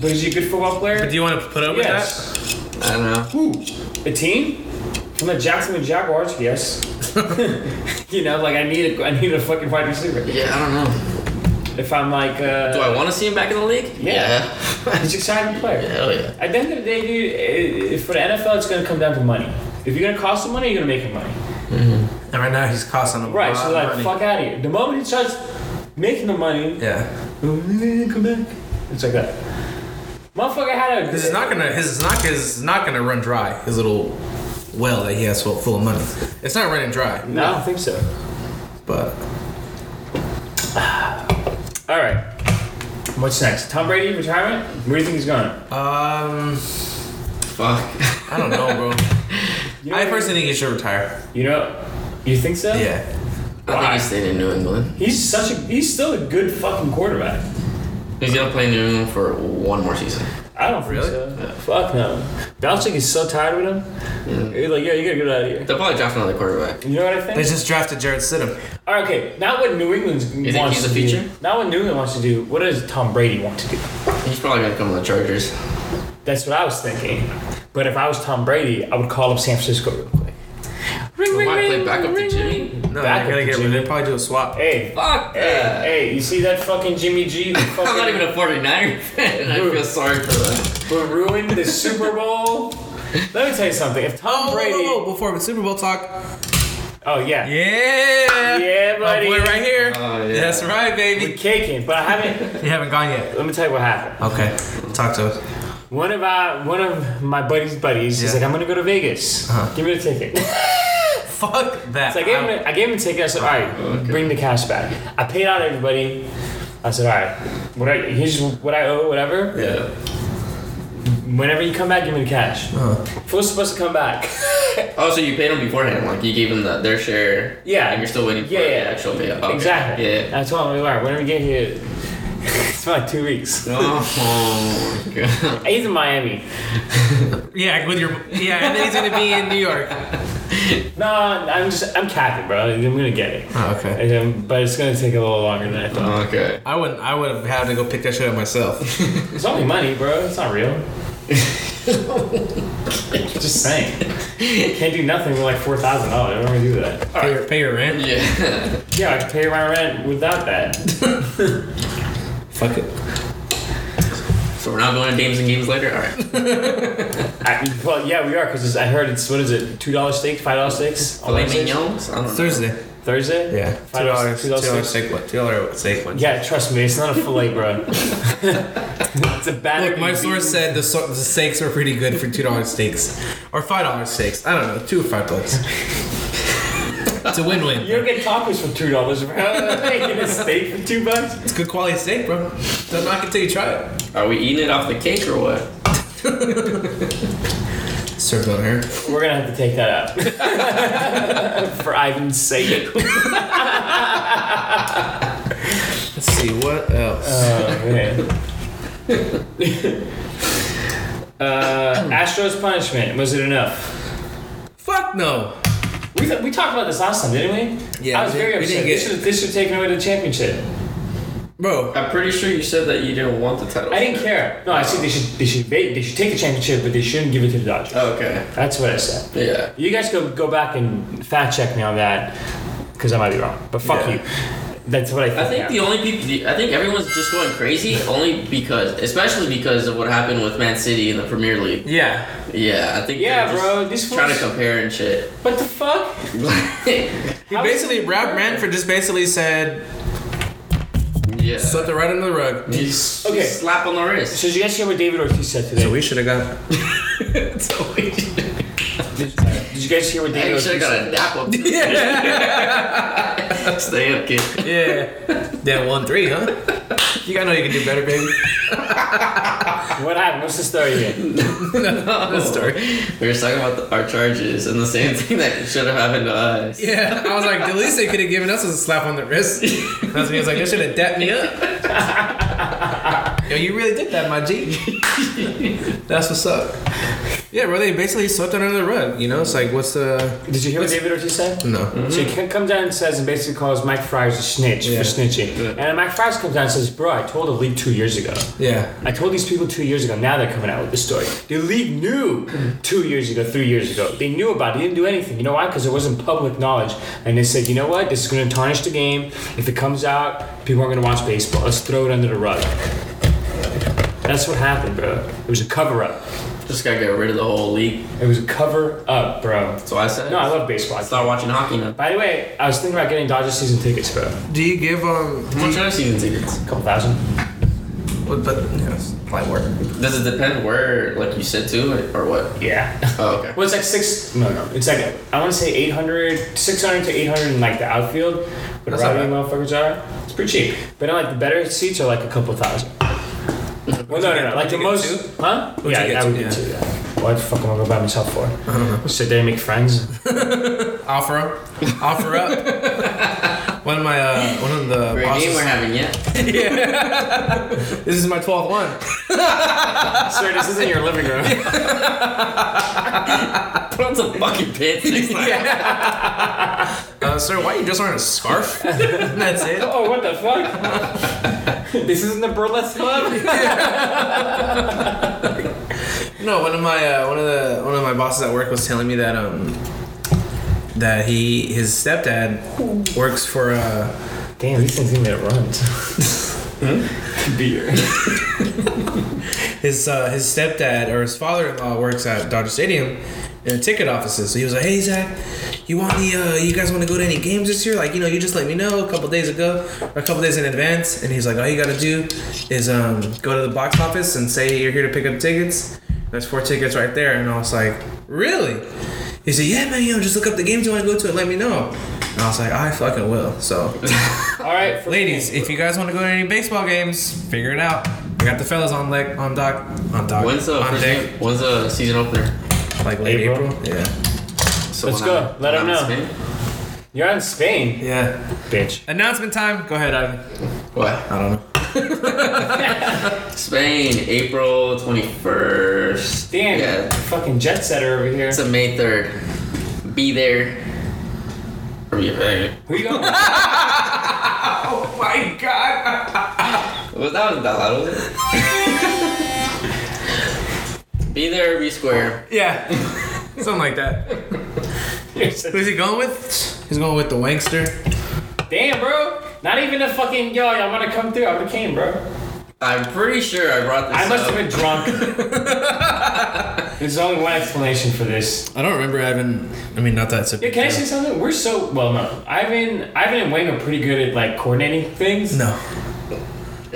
But is he a good football player?
Ah. Do you want to put up with that?
yes.
I don't know.
Who? A team? From the Jacksonville Jaguars? Yes. you know, like I need a, I need a fucking wide receiver.
Yeah, I don't know.
If I'm like, uh,
Do I want to see him back in the league?
Yeah.
Yeah.
he's an exciting player.
Hell yeah.
At the end of the day, dude, eh, for the NFL, it's gonna come down to money. If you're gonna cost him money, you're gonna make him money.
And right now he's costing him.
Right?
A lot
So
of
like,
money.
fuck out of here. The moment he starts making the money,
Yeah.
come back. It's like that. Motherfucker had a.
This is not gonna. His is not. His is not gonna run dry. His little well that he has full, full of money. It's not running dry.
No, I don't think so.
But
All right. What's next? Tom Brady retirement? Where do you think he's going?
um,
Fuck.
I don't know, bro.
You know,
I personally think he should retire.
You know. You think so?
Yeah.
I
Why?
think he's staying in New England.
He's such a. He's still a good fucking quarterback.
He's gonna play New England for one more season.
I don't really?
Really?
think so. Fuck no. Belichick is so tired with him. He's like, yo, you gotta get out of here.
They'll probably draft another quarterback.
You know what I think?
They just drafted Jared Stidham.
All right, okay. Not what New England
think
wants
he's
to
a
do.
feature?
Not what New England wants to do. What does Tom Brady want to do?
He's probably gonna come to the Chargers.
That's what I was thinking. But if I was Tom Brady, I would call up San Francisco real quick. Ring,
They might play backup to Jimmy.
No, they're
Back up
gonna
to
get rid.
Jimmy.
They probably do a swap.
Hey,
Fuck
hey,
that.
hey! You see that fucking Jimmy G? who
I'm not
fucking-
even a 49er fan. I feel sorry for them.
who ruined the Super Bowl. Let me tell you something. If Tom
Oh,
Brady,
whoa, whoa, whoa, before the Super Bowl talk.
oh yeah,
Yeah.
Yeah, buddy.
My boy, right here.
Oh, yeah.
That's right,
we're
baby.
caking. But I haven't.
You haven't gone yet.
let me tell you what happened.
Okay. Talk to us.
One of our, one of my buddy's buddies, he's
Yeah.
like, I'm gonna go to Vegas. Give me the ticket. so
Fuck that.
I gave him, a, I gave him a ticket. I said, all right, bring the cash back. I paid out everybody. I said, all right, what I, here's what I owe, whatever.
Yeah.
Whenever you come back, give me the cash.
Uh,
Fool's supposed to come back.
Oh, so you paid them beforehand? Like you gave them the, their share?
Yeah.
And you're still waiting for
Yeah,
the
yeah.
actual payout. Okay.
Exactly.
Yeah.
I told him, all right, whenever you get here, it's been like two weeks.
Oh my god.
He's in Miami.
yeah, with your yeah, and then he's gonna be in New York.
No, I'm just, I'm capping, bro. I'm gonna get it.
Oh, okay.
And then- But it's gonna take a little longer than I thought.
Okay.
I wouldn't. I would have had to go pick that shit up myself.
It's only money, bro. It's not real. Just saying. Can't do nothing with like four thousand dollars. I don't want to do that.
pay, your, pay your rent.
Yeah.
Yeah, I can pay my rent without that.
Fuck it.
So we're not going to games and games later. All right.
I, well, yeah, we are because I heard it's what is it? Two dollar steak, five dollar steaks. on
Filet
Wednesdays?
mignons? I don't know.
Thursday.
Thursday.
Yeah.
Five dollars. Two dollars. steak.
steak one. Two dollar steak one.
Yeah, trust me, it's not a fillet, bro. it's a bad.
Look, my source said the, so- the steaks were pretty good for two dollar steaks, or five dollar steaks. I don't know, two or five dollars. it's a
You
win-win.
don't get tacos for two dollars, bro. You get a steak for two bucks.
It's good quality steak, bro. Don't knock it till you try it.
Are we eating it off the cake or what?
Served on her.
We're gonna have to take that out for Ivan's sake.
Let's see what else.
Oh, Uh, Astro's punishment was it enough?
Fuck no.
We, th- we talked about this last time, didn't we?
Yeah,
I was
we
very
did- we
upset.
didn't
This
get-
should this should have taken away the championship.
Bro,
I'm pretty sure you said that you didn't want the title.
I didn't care. No, I said they should they should bait, they should take the championship, but they shouldn't give it to the Dodgers.
Oh.
Okay.
That's what I said.
Yeah.
You guys go go back and fact check me on that because I might be wrong. But fuck
Yeah.
you. That's what I think.
I think
now.
the only people, the- I think everyone's just going crazy only because, especially because of what happened with Man City in the Premier League.
yeah.
Yeah, I think.
Yeah,
they're just
bro, these
trying to
fools-
compare and shit.
what the fuck?
He
How-
basically, Rob Manfred just basically said,
yeah.
swept it right under the rug.
Just
Okay.
Slap on the wrist.
So did you guys hear what David Ortiz said today?
So we should have got.
so we should
did, did you guys hear what David Ortiz
have got a
said?
nap up.
yeah.
Stay up, kid.
Yeah. Then one three, huh? You gotta know you can do better, baby.
What happened? What's the story here?
That's the story.
We were talking about the, our charges and the same thing that should have happened to us.
Yeah, I was like, at least they could have given us a slap on the wrist. That's when he was like, they should have dapped me up. Yo, you really did that, my G. That's what's up. Yeah, bro, they basically swept it under the rug. You know, it's like, what's the.
Did you hear what David Ortiz said?
No.
So he c- comes down and says, and basically calls Mike Fries a snitch
Yeah.
for snitching. And then Mike Fries comes down and says, "Bro, I told the league two years ago.
Yeah.
I told these people two years ago. Now they're coming out with this story. The league knew
Mm-hmm.
two years ago, three years ago. They knew about it. They didn't do anything. You know why? Because it wasn't public knowledge. And they said, you know what? This is going to tarnish the game. If it comes out, people aren't going to watch baseball. Let's throw it under the rug. That's what happened, bro. It was a cover up.
Just gotta get rid of the whole league.
It was a cover up, bro.
That's what I said.
No, I love baseball.
Start watching hockey now.
By the way, I was thinking about getting Dodgers season tickets, bro.
Do you give, um.
How much are season tickets?
A couple thousand.
But, but yeah, it's light work.
Does it depend where, like you said, to or what?
Yeah.
Oh, okay.
Well, it's like six. No, no. It's like, I want to say 800, 600 to 800 in like the outfield, where the
That's not
rowdy motherfuckers are. It's pretty cheap. But then, like, the better seats are like a couple thousand. Well, no, no, no. Like the
Would you get
most.
two?
Huh?
Would
yeah,
you get
I would
two?
get
Yeah.
two, yeah. What the fuck am I going to buy myself for? Sit there and make friends.
Offer up. Offer up. one of my, uh, one of the.
Great game
bosses-
we're having yet.
This is my 12th one.
Sir, this isn't your living room.
Put on some fucking pants next time.
Uh, sir, why are you just wearing a scarf? That's it.
Oh, what the fuck? this isn't the burlesque club?
No, one of my uh, one of the one of my bosses at work was telling me that um that he his stepdad works for uh
Damn, these things even get runs. Hmm? Beer.
his uh, his stepdad or his father in law works at Dodger Stadium in the ticket offices. So he was like, "Hey Zach, you want the uh, you guys want to go to any games this year? Like you know you just let me know a couple days ago or a couple days in advance." And he's like, "All you gotta do is um go to the box office and say you're here to pick up tickets. There's four tickets right there." And I was like, "Really?" He said, "Yeah man, you know just look up the games you want to go to and let me know." And I was like, "I fucking will." So.
All right, for
Ladies, if you guys want to go to any baseball games, figure it out. I got the fellas on leg on dock on dock
When's the
on
first
deck
game? When's the season opener?
like late April.
April?
Yeah,
So
Let's
when
go.
I'm-
Let
when
'em
I'm in
know. You're on Spain,
yeah.
bitch.
Announcement time. Go ahead, Ivan.
Spain? What?
I don't know.
Spain, April twenty first.
Damn,
Yeah.
fucking jet setter over here.
It's a May third. Be there. Or be there.
Who you going?
Oh my god.
Was that was that loud? Was it? be there. Be square.
Yeah, something like that.
with?
Who's he going with? He's going with the Wankster.
Damn, bro. Not even a fucking yo. I want to come through. I would have came, bro.
I'm pretty sure I brought this
I must
up.
uh,
have been drunk. There's only one explanation for this.
I don't remember Ivan. I mean, not that. Sip-
Yeah, can I say something? We're so well, no. Ivan, Ivan and Wayne are pretty good at like coordinating things.
No.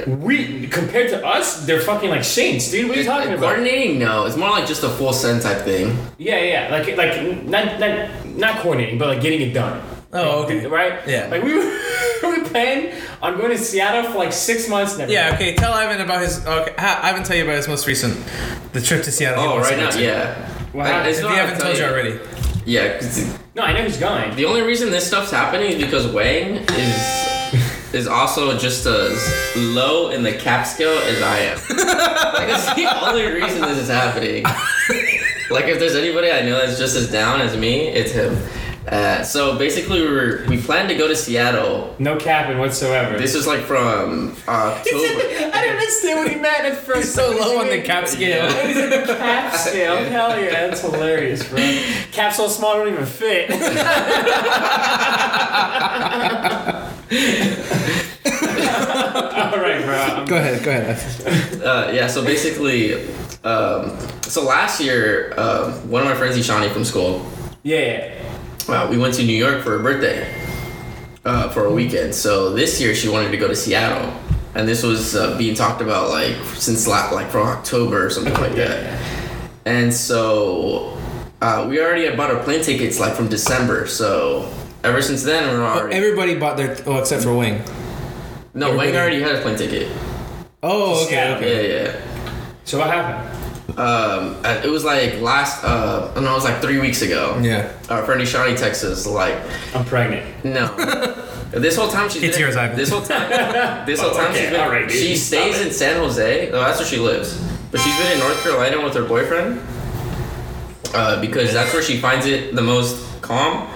We compared to us, they're fucking like saints, dude. What are you talking
Uh,
about?
Coordinating? No, it's more like just a full send type thing.
Yeah, yeah, yeah. like like not not not coordinating, but like getting it done.
Oh, okay.
Right?
Yeah.
Like we were, we were planning on going to Seattle for like six months. Never
Yeah. Okay. Tell Ivan about his. Okay. Ha, Ivan, tell you about his most recent, the trip to Seattle. he
Oh,
wants
right
to go
now,
to.
yeah.
Wow.
I- it's
If you
not hard
haven't
to
told you
tell
already.
Yeah, 'cause
No, I know he's gone.
the only reason this stuff's happening is because Wang is is also just as low in the cap scale as I am. like, that's the only reason this is happening. like, if there's anybody I know that's just as down as me, it's him. Uh, so basically, we were we planned to go to Seattle.
No capping whatsoever.
This was like from October.
I didn't understand what he meant at first.
So low on the cap scale.
He's in the cap scale. Hell yeah, that's hilarious, bro. Cap's so small, it don't even fit. All right, bro. I'm-
Go ahead. Go ahead.
uh, yeah, so basically, um, so last year, um, one of my friends, Ishani from school,
Yeah, yeah.
uh, we went to New York for her birthday uh, for a weekend. So this year, she wanted to go to Seattle, and this was uh, being talked about like since la- like from October or something like that. And so uh, we already had bought our plane tickets like from December. So ever since then, we we're already
Everybody bought their. Oh, except for Wing.
no. Wayne
everybody-
already had a plane ticket.
Oh, okay.
Seattle.
okay.
Yeah, yeah.
So what happened?
um, uh, it was like last, uh, no, it was like three weeks ago.
Yeah.
Our friend Shawnee Texas, like,
I'm pregnant.
no. this whole time she's
It's
been-
yours, Ivan.
This whole time, this whole
Oh,
time
okay,
she's been.
alright, dude,
she
stop
stays in San Jose. Oh, that's where she lives. But she's been in North Carolina with her boyfriend uh, because that's where she finds it the most calm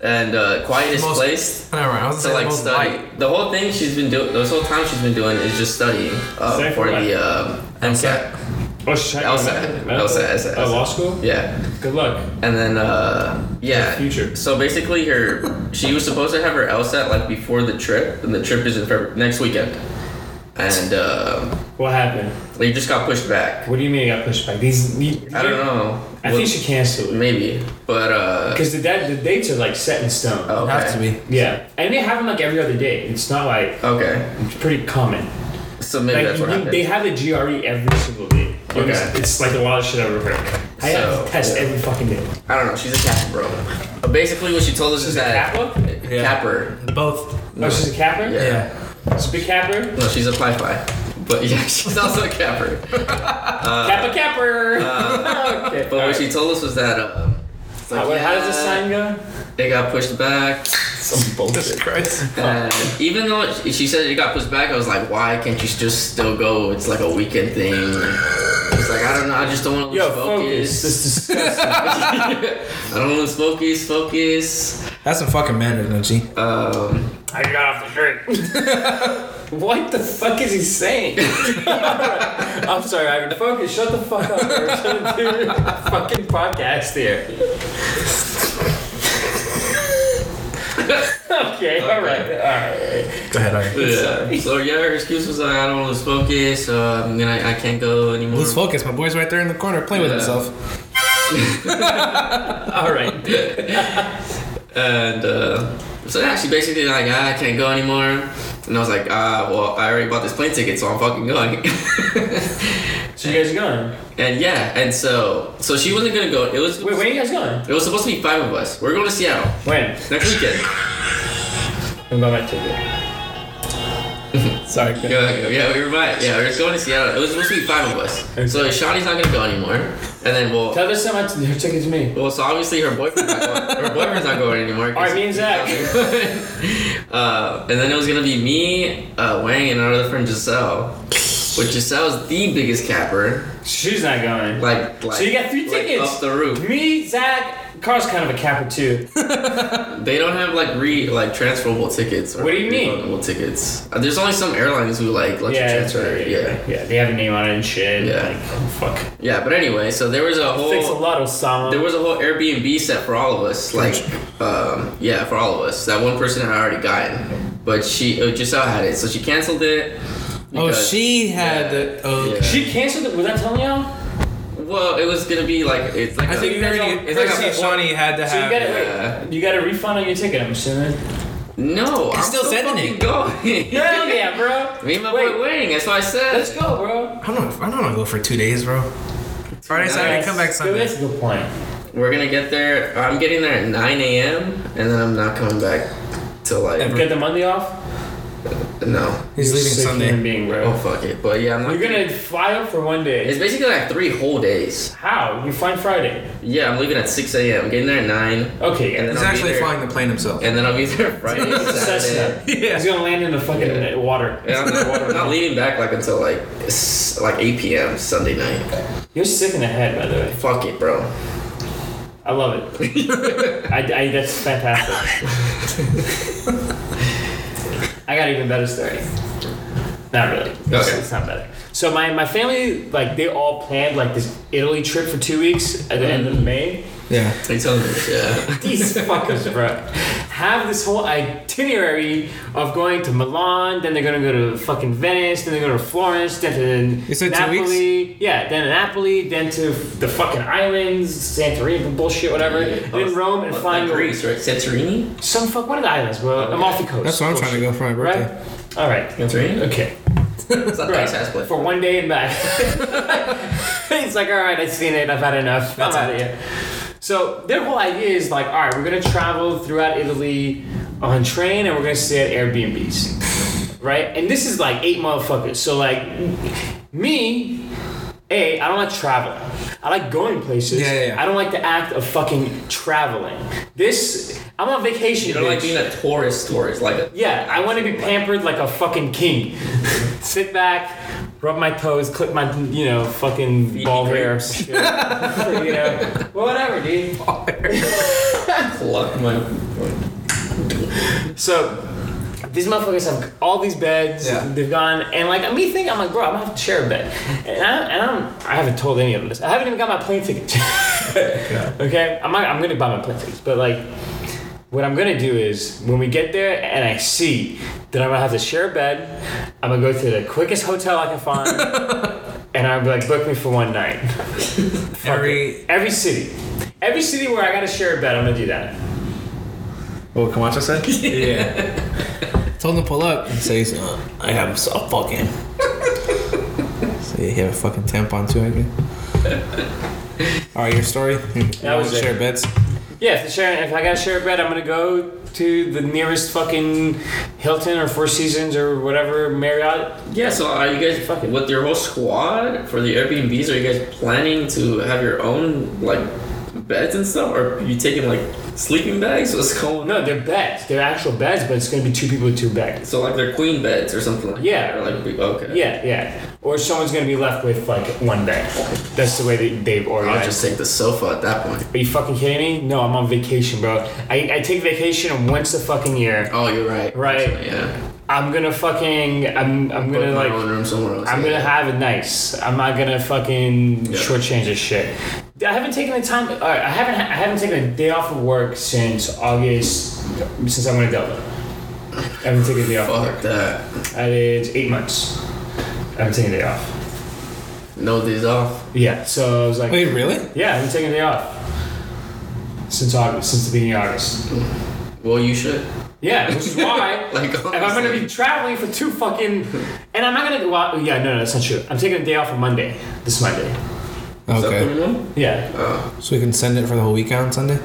and uh, quietest
Most-
place
All right. I was
to
gonna say
like
most
study.
light.
The whole thing she's been doing, this whole time she's been doing is just studying uh,
Studying
for
for what?
the um,
LSAT?
MCAT.
Oh, shit.
LSAT. LSAT.
Oh, law school?
Yeah.
Good luck.
And then, uh, yeah.
Future.
So basically, her she was supposed to have her LSAT like before the trip, and the trip is in February, next weekend, and uh,
What happened?
they just got pushed back.
What do you mean I got pushed back? These. You,
I don't know.
I think she canceled it
maybe, but uh,
because the, that- the dates are like set in stone.
oh, okay.
Have to be.
Yeah, and they have them like every other day. It's not like
Okay,
it's pretty common.
so maybe
Like,
that's what
you-
happened.
they have the GRE E every single day.
Okay.
You understand? It's like a lot of shit I've ever heard. I have
So,
to test
yeah.
every fucking day.
I don't know. She's a capper, bro. But basically, what she told us is that
Kappa?
Yeah.
capper.
Both.
Oh, she's a capper?
Yeah.
Yeah.
She's a big capper?
No, she's a fly fly. But yeah, she's also a capper.
Kappa capper! okay.
Uh, But what
alright.
she told us was that. Uh, it's like,
how, how does this
yeah,
sign go?
They got pushed back. Some bullshit.
Christ.
And even though it- she said it got pushed back, I was like, why can't you just still go? It's like a weekend thing. It's like I don't know. I just don't want to lose
Yo, focus.
focus.
This is
I
disgusting.
don't want to lose focus. Focus.
That's some fucking manners, no G.
Um,
I got off the drink. what the fuck is he saying? I'm sorry, Ivan. Focus. Shut the fuck up. We're trying to do a fucking podcast here. okay, all right, all right.
Go ahead, Ivan.
yeah. uh, So yeah, her excuse was like, I don't want to lose focus. So I'm gonna. I can't go anymore.
Lose focus. My boy's right there in the corner playing with
Yeah.
himself.
All right.
And uh, so yeah, she basically like, ah, I can't go anymore. And I was like, ah, well, I already bought this plane ticket, so I'm fucking going.
So you guys are going?
and yeah, and so so she wasn't gonna go. It was
Wait, where are you guys going?
it was supposed to be five of us. We're going to Seattle
When?
next weekend.
I'm about my ticket.
Sorry. go ahead.
Yeah, like, yeah, we were right. Yeah, we were going to Seattle. It was supposed to be five of us. So Shawnee's not gonna go anymore. And then well,
Tell this someone to her ticket to me.
well, so obviously her boyfriend's not going, her boyfriend's not going anymore. 'cause-
All right, me and Zach.
uh, and then it was gonna be me, uh, Wang, and our other friend Giselle. Which Giselle's the biggest capper.
She's not going.
Like, like
So you got three
like
tickets.
up the roof.
Me, Zach, Carl's kind of a capper too.
They don't have like re like transferable tickets. Or
What do you mean?
refundable tickets. Uh, There's only some airlines who like let
yeah,
you
that's
transfer.
right.
Yeah,
Yeah, yeah. They have a name on it and shit.
Yeah.
Like, oh, fuck.
yeah. But anyway, so there was a
Fix a
whole
lot of sound.
there was a whole Airbnb set for all of us. Like, um, yeah, for all of us. That one person had already gotten, but she uh, Giselle had it, so she canceled it.
Oh,
Because-
she had
Yeah.
the. Oh,
Yeah.
She canceled it. Was that telling y'all?
Well, it was gonna be like it's like
I
a-
think
that's all-
Percy
it's like a
Shawnee had to
So you
have.
got it.
Yeah.
Wait, you got a refund on your ticket. I'm assuming.
no. I'm
still sending
fucking
it.
Going.
Hell yeah, bro.
Me and my
wait,
boy waiting. That's what I said.
Let's go, bro.
I don't. I don't want to go for two days, bro. Friday, Saturday,
Yes.
come back
Dude,
Sunday.
That's a good point.
We're gonna get there. I'm getting there at 9 a.m. and then I'm not coming back till like
Ever.
Get the Monday off.
no.
He's leaving
Sick human
Sunday.
Being,
Oh
bro.
fuck it. But yeah, I'm not.
You're gonna fly out for one day.
It's basically like three whole days.
How? You flying Friday?
Yeah, I'm leaving at 6 a.m. I'm getting there at 9,
Okay.
And then
He's
I'll be
actually
there.
flying the plane himself.
and then I'll be there Friday, Saturday.
Cessna.
Yeah.
He's gonna land in the fucking
Yeah.
water.
Yeah, I'm not, I'm not leaving back like until like s- like 8 p.m. Sunday night.
You're sick in the head, by the way.
Fuck it, bro.
I love it. I, I- that's fantastic. I got an even better story. Not really. It's,
Okay.
it's not better. So my, my family like they all planned like this Italy trip for two weeks at the end of May.
Yeah.
They tell me. Yeah.
These fuckers, bro, have this whole itinerary of going to Milan, then they're gonna go to fucking Venice, then they go to Florence, then to
You said two
Napoli. Yeah, then to Napoli, then to the fucking islands, Santorini, bullshit, whatever. And then Rome and
Like
flying
Greece, right? Santorini.
some fuck one of the islands, bro.
Okay.
Amalfi Coast.
That's where I'm trying to go for my birthday.
Right? All right.
Santorini.
Okay.
It's not
Right.
nice ass place.
For one day and back. it's like, all right, I've seen it. I've had enough.
That's
I'm out
it.
of here. So their whole idea is like, all right, we're gonna travel throughout Italy on train, and we're gonna stay at Airbnbs, right? And this is like eight motherfuckers. So like, me, a, I don't like traveling. I like going places.
Yeah, yeah, yeah.
I don't like the act of fucking traveling. This, I'm on vacation.
You don't like
bitch.
being a tourist, tourist like a
Yeah, I want to be pampered like a fucking king. Sit back, rub my toes, clip my you know fucking
Feed
ball
me
hair. you know, well, whatever, dude.
pluck my.
So. These motherfuckers have all these beds.
Yeah.
They've gone and like me think I'm like, bro, I'm gonna have to share a bed, and I, and I'm, I haven't told any of them this. I haven't even got my plane ticket. okay, I'm not, I'm gonna buy my plane tickets, but like, what I'm gonna do is when we get there and I see that I'm gonna have to share a bed, I'm gonna go to the quickest hotel I can find, and I'll be like, book me for one night. Fuck
Every-
it. every city, every city where I gotta share a bed, I'm gonna do that.
What Camacho said? yeah. Told him to pull up and say, uh, I have a fucking. so you have a fucking tampon too, I think. Alright, your story?
That was it.
Share beds?
Yeah, if, the share, if I gotta share a bed, I'm gonna go to the nearest fucking Hilton or Four Seasons or whatever Marriott.
Yeah, so are you guys
Fuck it.
with your whole squad for the Airbnbs? Are you guys planning to have your own like beds and stuff, or are you taking like sleeping bags? What's going on?
No, they're beds. They're actual beds, but it's gonna be two people with two beds.
So like they're queen beds or something. Like
Yeah.
That, or like big- okay.
Yeah, yeah. Or someone's gonna be left with like one bed. That's the way that they've
I'll
organized.
just take the sofa at that point.
Are you fucking kidding me? No, I'm on vacation, bro. I, I take vacation once a fucking year.
Oh, you're right.
Right.
Actually, yeah.
I'm gonna fucking I'm I'm
Book
gonna
my
like
own room somewhere else.
I'm gonna
yeah.
have it nice. I'm not gonna fucking
Yeah.
shortchange this shit. I haven't taken the time. All right, I haven't. I haven't taken a day off of work since August. Since I went to Delta, I haven't taken a day off.
Fuck that.
I did eight months. I haven't taken a day off.
No days off.
Yeah. So I was like,
Wait, really?
yeah, I haven't taken a day off since August. Since the beginning of August.
Well, you should.
Yeah, which is why.
Like,
If I'm gonna be traveling for two fucking, and I'm not gonna, well, yeah, no, no, that's not true. I'm taking a day off on Monday, this Monday.
Okay.
Someone?
Yeah,
So we can send it for the whole weekend on Sunday?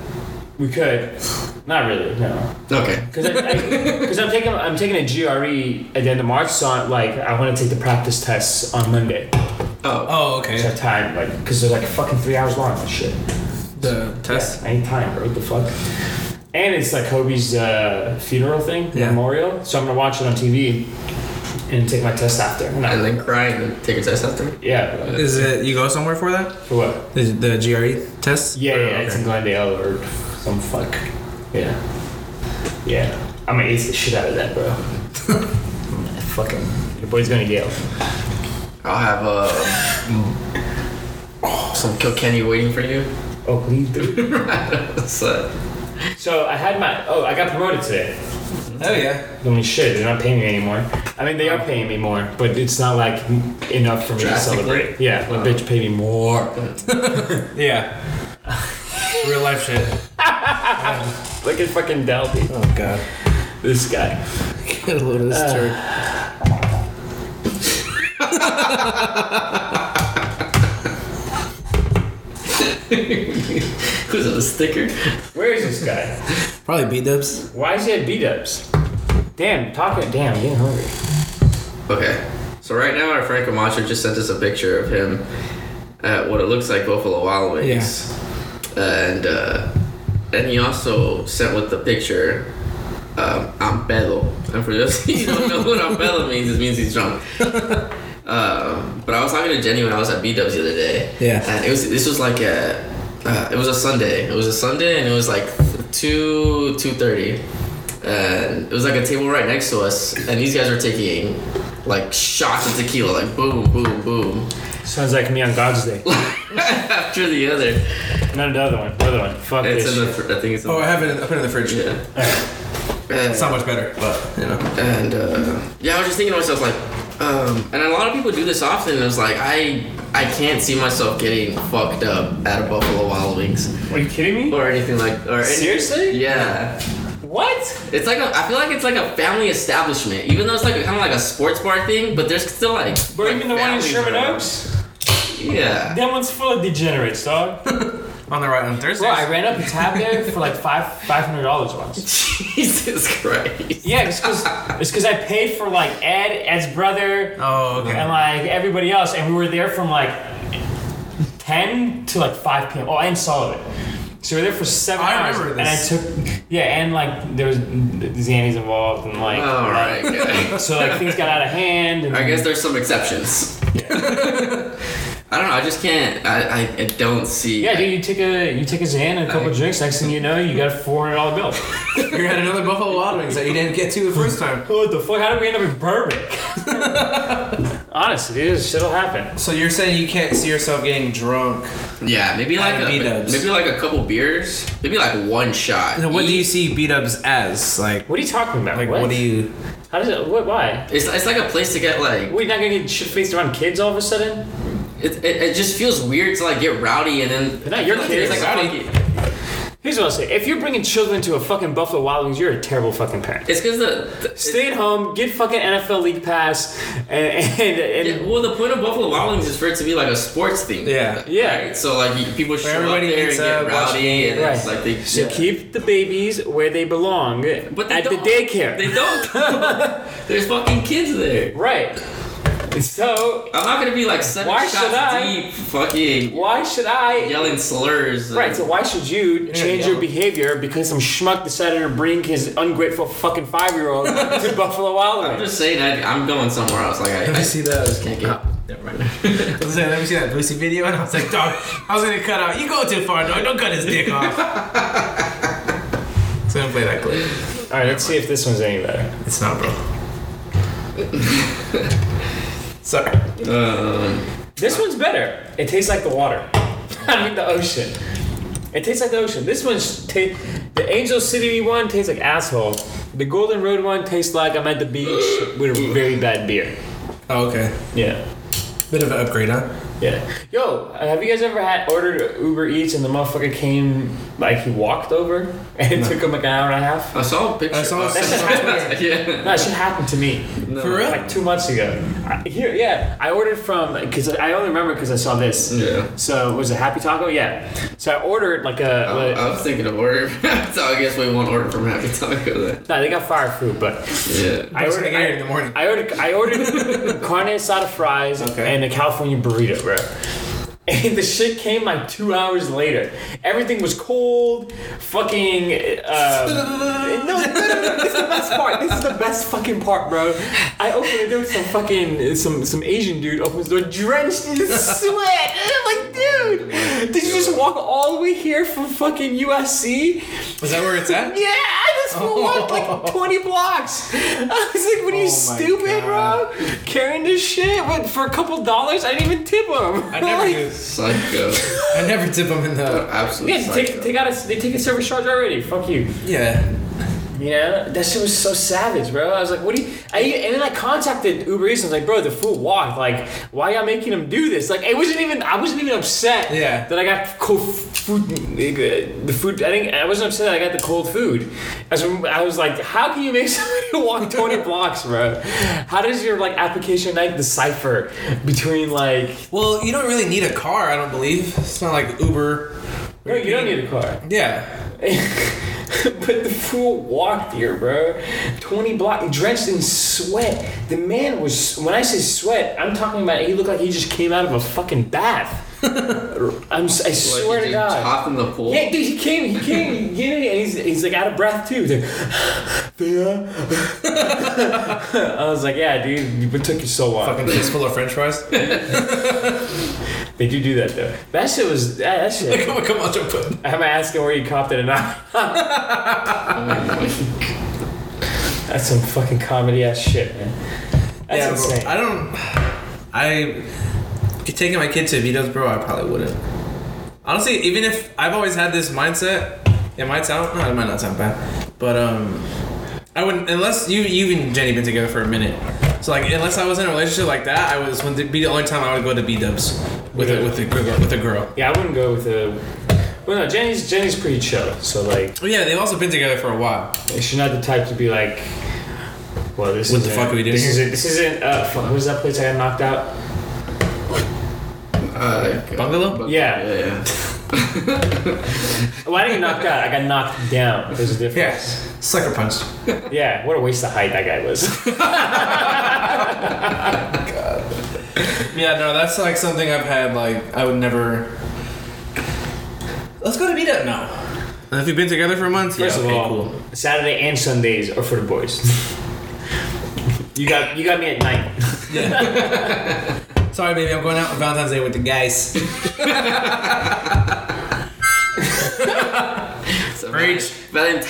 We could. Not really, no.
Okay.
Because because I'm taking I'm taking a GRE at the end of March, so i like I want to take the practice tests on Monday.
Oh.
Oh,
So I
okay.
have time, like, because they're like fucking three hours long. and shit.
The test?
I ain't time, bro. What the fuck? And it's like Kobe's uh, funeral thing,
Yeah.
memorial. So I'm gonna watch it on TV and take my test after. And I-
And then cry and then take a test after.
yeah. bro.
Is it, you go somewhere for that?
For what?
The, the GRE test?
Yeah, yeah,
Okay.
it's in Glendale or some fuck. Yeah. Yeah. I'm gonna ace the shit out of that, bro. Fucking. Your boy's gonna Yale.
I'll have uh, some Kilkenny waiting for you.
Oh, please do.
so,
so I had my. Oh, I got promoted today.
Oh, yeah.
Holy shit, they're not paying me anymore. I mean, they are paying me more, but it's not like enough for me to
Drastically?
celebrate. Yeah, my bitch paid me more.
Yeah. Real life shit.
Look at fucking Delpy.
Oh god. Uh.
This guy.
Get a load of this turd.
Who's that, a sticker?
Where is this guy?
Probably B dubs.
Why is he at B-dubs? Damn, talking. Damn, getting hungry.
Okay. So right now, our Frank Camacho just sent us a picture of him at what it looks like Buffalo Wild Wings. And uh, and he also sent with the picture um, Ampelo. And for those of you who don't know what Ampelo means, it means he's drunk. Um, but I was talking to Jenny when I was at BW the other day.
Yeah.
And it was this was like a uh, it was a Sunday. It was a Sunday and it was like two two thirty. And it was like a table right next to us, and these guys were taking like shots of tequila, like boom, boom, boom,
Sounds like me on God's day.
after the other.
Not another one. Another one. Fuck
It's
this.
in the, fr- I think it's in
Oh, I
the,
have it. I put it in the fridge.
yeah. And-
It's not much better, but you know.
And uh, yeah, I was just thinking to myself like, um, and a lot of people do this often. And I was like, I I can't see myself getting fucked up at a Buffalo Wild Wings
Are you kidding me?
or anything like or any-
Seriously?
yeah.
What?
It's like a, I feel like it's like a family establishment, even though it's like kind of like a sports bar thing. But there's still like.
Bro,
like
even the one in
families
Sherman
around.
Oaks?
Yeah.
That one's full of degenerates, dog.
On the right on Thursday.
Bro, I ran up a tab there for like five five hundred dollars once.
Jesus Christ.
Yeah, it's because it's because I paid for like Ed, Ed's brother,
Oh, okay.
and like everybody else, and we were there from like ten to like five p.m. Oh, and Sullivan. So we were there for seven
I
hours,
remember this.
and I took yeah, and like there was Xanny's involved, and like
All right. guys.
so like things got out of hand. And
I guess there's some exceptions. I don't know. I just can't. I, I, I don't see.
yeah, dude, you take a you take a Xan and a couple
I-
drinks. Next thing you know, you got a four hundred dollar bill.
You're at another Buffalo Wild Wings that you didn't get to the first time.
what the fuck? How did we end up in Burbank? Honestly, dude, shit'll happen.
So you're saying you can't see yourself getting drunk?
Yeah, maybe like
And
a,
B-dubs.
maybe like a couple beers, maybe like one shot.
So what do you
each.
see B dubs as? Like,
What are you talking about?
like what? do you?
How does it? What? Why?
It's, it's like a place to get like
We're not gonna get shit faced around kids all of a sudden.
it, it, it just feels weird to like get rowdy and then
But not your
I feel like there's,
kids.
like, a
Rowdy.
fucking-
Here's what I'll say: If you're bringing children to a fucking Buffalo Wild Wings, you're a terrible fucking parent.
it's because the, the
Stay at home, get fucking NFL League Pass, and and, and
Yeah, well, the point of Buffalo Wild Wings is for it to be like a sports thing.
Yeah.
Yeah.
Right? So like you, people show
everybody
up there
meets
and get
up, watch the
rowdy, and
Right.
it's like they.
so keep the babies where they belong
But they
at the
don't.
daycare.
They don't. There's fucking kids there.
right. So
I'm not gonna be like seven
Why
shots
should I?
deep, fucking
why should I?
yelling slurs. and-
Right, so why should you change
yeah.
your behavior because some schmuck decided to bring his ungrateful fucking five year old to Buffalo Wild
I'm
Wings?
just saying, I, I'm going somewhere else. Like I,
Let
I
me see that.
can't get. Never mind.
I was saying, let me see that Boosie video, and I was like, dog, I was gonna cut out. You go too far, dog. Don't cut his dick off. so I'm gonna play that clip.
All right, let's see if this one's any better.
It's not, bro. Sorry.
um,
This one's better. It tastes like the water. I mean the ocean. It tastes like the ocean. This one's ta- the Angel City one tastes like asshole. The Golden Road one tastes like I'm at the beach with a very bad beer.
Oh, okay.
Yeah.
Bit of an upgrade, huh?
Yeah. Yo, have you guys ever had ordered Uber Eats and the motherfucker came like he walked over and it took him like an hour and a half?
I saw a picture. Uh,
I saw
of-
something on Twitter.
yeah.
No, that shit happened to me.
For real?
like two months ago. I, here, yeah, I ordered from because I only remember because I saw this.
Yeah.
So was it Happy Taco? Yeah. So I ordered like a.
I, I was thinking of order. so I guess we won't order from Happy Taco then.
no, they got fire fruit, but
Yeah.
I
First
ordered.
thing I
I,
ate in the morning.
I ordered. I ordered carne asada fries
Okay.
and a California burrito, bro. And the shit came like two hours later. Everything was cold. Fucking. Uh, no, no, no, no, this is the best part. This is the best fucking part, bro. I opened the door, some fucking some some Asian dude opens the door, drenched in sweat. And I'm like, dude, did you just walk all the way here from fucking USC?
Is that where it's at?
Yeah, this fool walked like 20 blocks. I was like, what are
Oh
you,
my
stupid,
God.
bro? Carrying this shit what, for a couple dollars? I didn't even tip him.
I never
like,
do.
Psycho.
I never tip them in the.
Absolutely
Yeah,
psycho.
take, take out a, they take a service charge already. Fuck you.
Yeah.
Yeah, You know, that shit was so savage, bro. I was like, what do you. I, and then I contacted Uber Eats and was like, bro, the fool walked. Like, why y'all making him do this? Like, it wasn't even. I wasn't even upset
Yeah.
that I got cold f- food. The food. I think I wasn't upset that I got the cold food. I was, I was like, how can you make somebody walk 20 blocks, bro? How does your, like, application like decipher between, like.
Well, you don't really need a car, I don't believe. It's not like Uber.
No, you don't need a car.
Yeah.
but the fool walked here, bro. 20 block, drenched in sweat. The man was, when I say sweat, I'm talking about he looked like he just came out of a fucking bath. I'm, si swear
Like,
to
you
God.
Hop in the pool.
Yeah, dude, he came, he came, he came in, and he's, he's like out of breath too. He's like, "Yeah." I was like, yeah, dude, it took you so long.
Fucking fistful of french fries.
They do do that though. That shit was, that, that shit.
come on, come on, jump in.
I'm asking where you copped it or not. That's some fucking comedy ass shit, man. That's
Yeah, bro,
insane.
I don't. I. if you're Taking my kid to Vito's, bro, I probably wouldn't. Honestly, even if I've always had this mindset, it might sound. No, it might not sound bad. But, um. I wouldn't. Unless you, you and Jenny been together for a minute. So, like, unless I was in a relationship like that, I was. Would be the only time I would go to B Dubs with, a with, a, gr- with a girl.
yeah, I wouldn't go with a. Well, no, Jenny's Jenny's pretty chill, so like
But yeah, they've also been together for a while.
she's not the type to be like. Well, this
What
is
the fuck are we doing
This
here?
isn't. This isn't. Uh, fuck, what was that place I got knocked out?
Uh, like, uh,
Bungalow?
bung-
Yeah.
Yeah, yeah.
Well, I didn't get knocked out. I got knocked down. There's a difference.
Yes. Sucker punch.
Yeah. What a waste of height that guy was.
Yeah, no, that's like something I've had. Like, I would never. Let's go to meet up now. And if you've been together for months,
First
yeah,
of
okay,
all,
cool.
Saturday and Sundays are for the boys. you got you got me at night.
Sorry, baby, I'm going out on Valentine's Day with the guys.
It's a
Preach.
Valentine.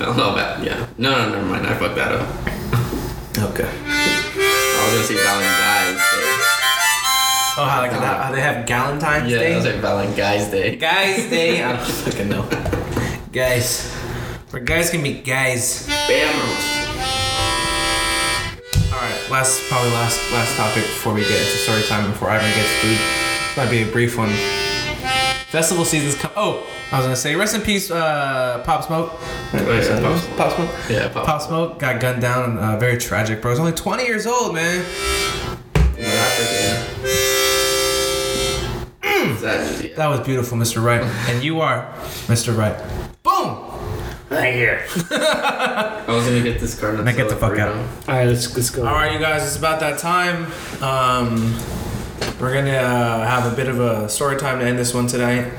No, no, Val- yeah. No, no, never mind. I fucked that up.
Okay.
I was gonna say Valentine's Day.
Oh, how, like, how they have Galentine's
Yeah, I was
Day?
like Valentine's Day.
Guys Day? I don't fucking know. guys. Where guys can be guys.
Bam. Oh,
Alright, last, probably last last topic before we get into story time, before Ivan gets food. Might be a brief one. Festival season's come. Oh, I was gonna say, rest in peace, uh, Pop Smoke.
yeah, Pop Smoke.
Pop Smoke.
Yeah, Pop
Pop Smoke got gunned down. Uh, very tragic, bro. He's only 20 years old, man.
In Africa.
Mm.
Is that- yeah.
That was beautiful, Mr. Wright. And you are Mr. Wright. Boom!
Right here.
I was gonna get this card.
Now get the fuck out.
All right, let's let's go.
All right, you guys, it's about that time. Um, we're gonna uh, have a bit of a story time to end this one tonight.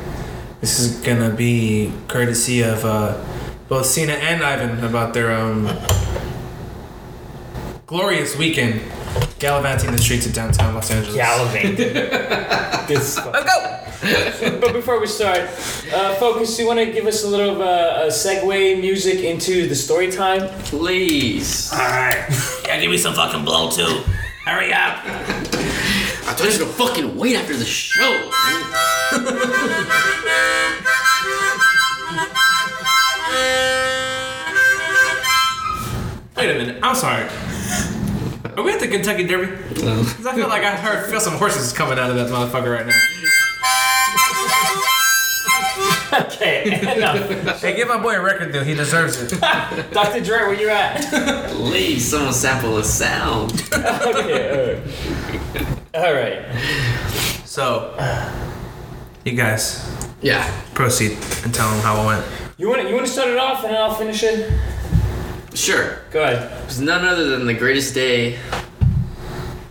This is gonna be courtesy of uh, both Cena and Ivan about their um, glorious weekend gallivanting the streets of downtown Los Angeles.
Gallivant. Let's go. but before we start, uh, focus. You want to give us a little of a, a segue music into the story time?
Please.
Ah.
All right.
Yeah, give me some fucking blow too. Hurry up.
I told you to fucking wait after the show. man.
Wait a minute, I'm sorry. Are we at the Kentucky Derby? 'Cause I feel like I heard feel some horses coming out of that motherfucker right now.
Okay. Enough.
Hey, give my boy a record deal. He deserves it.
Dr. Dre, where you at?
Please, someone sample a sound.
okay. All right. All right.
So, you guys
Yeah.
proceed and tell them how it went.
You want to you want to start it off and then I'll finish it.
Sure.
Go ahead.
It's none other than the greatest day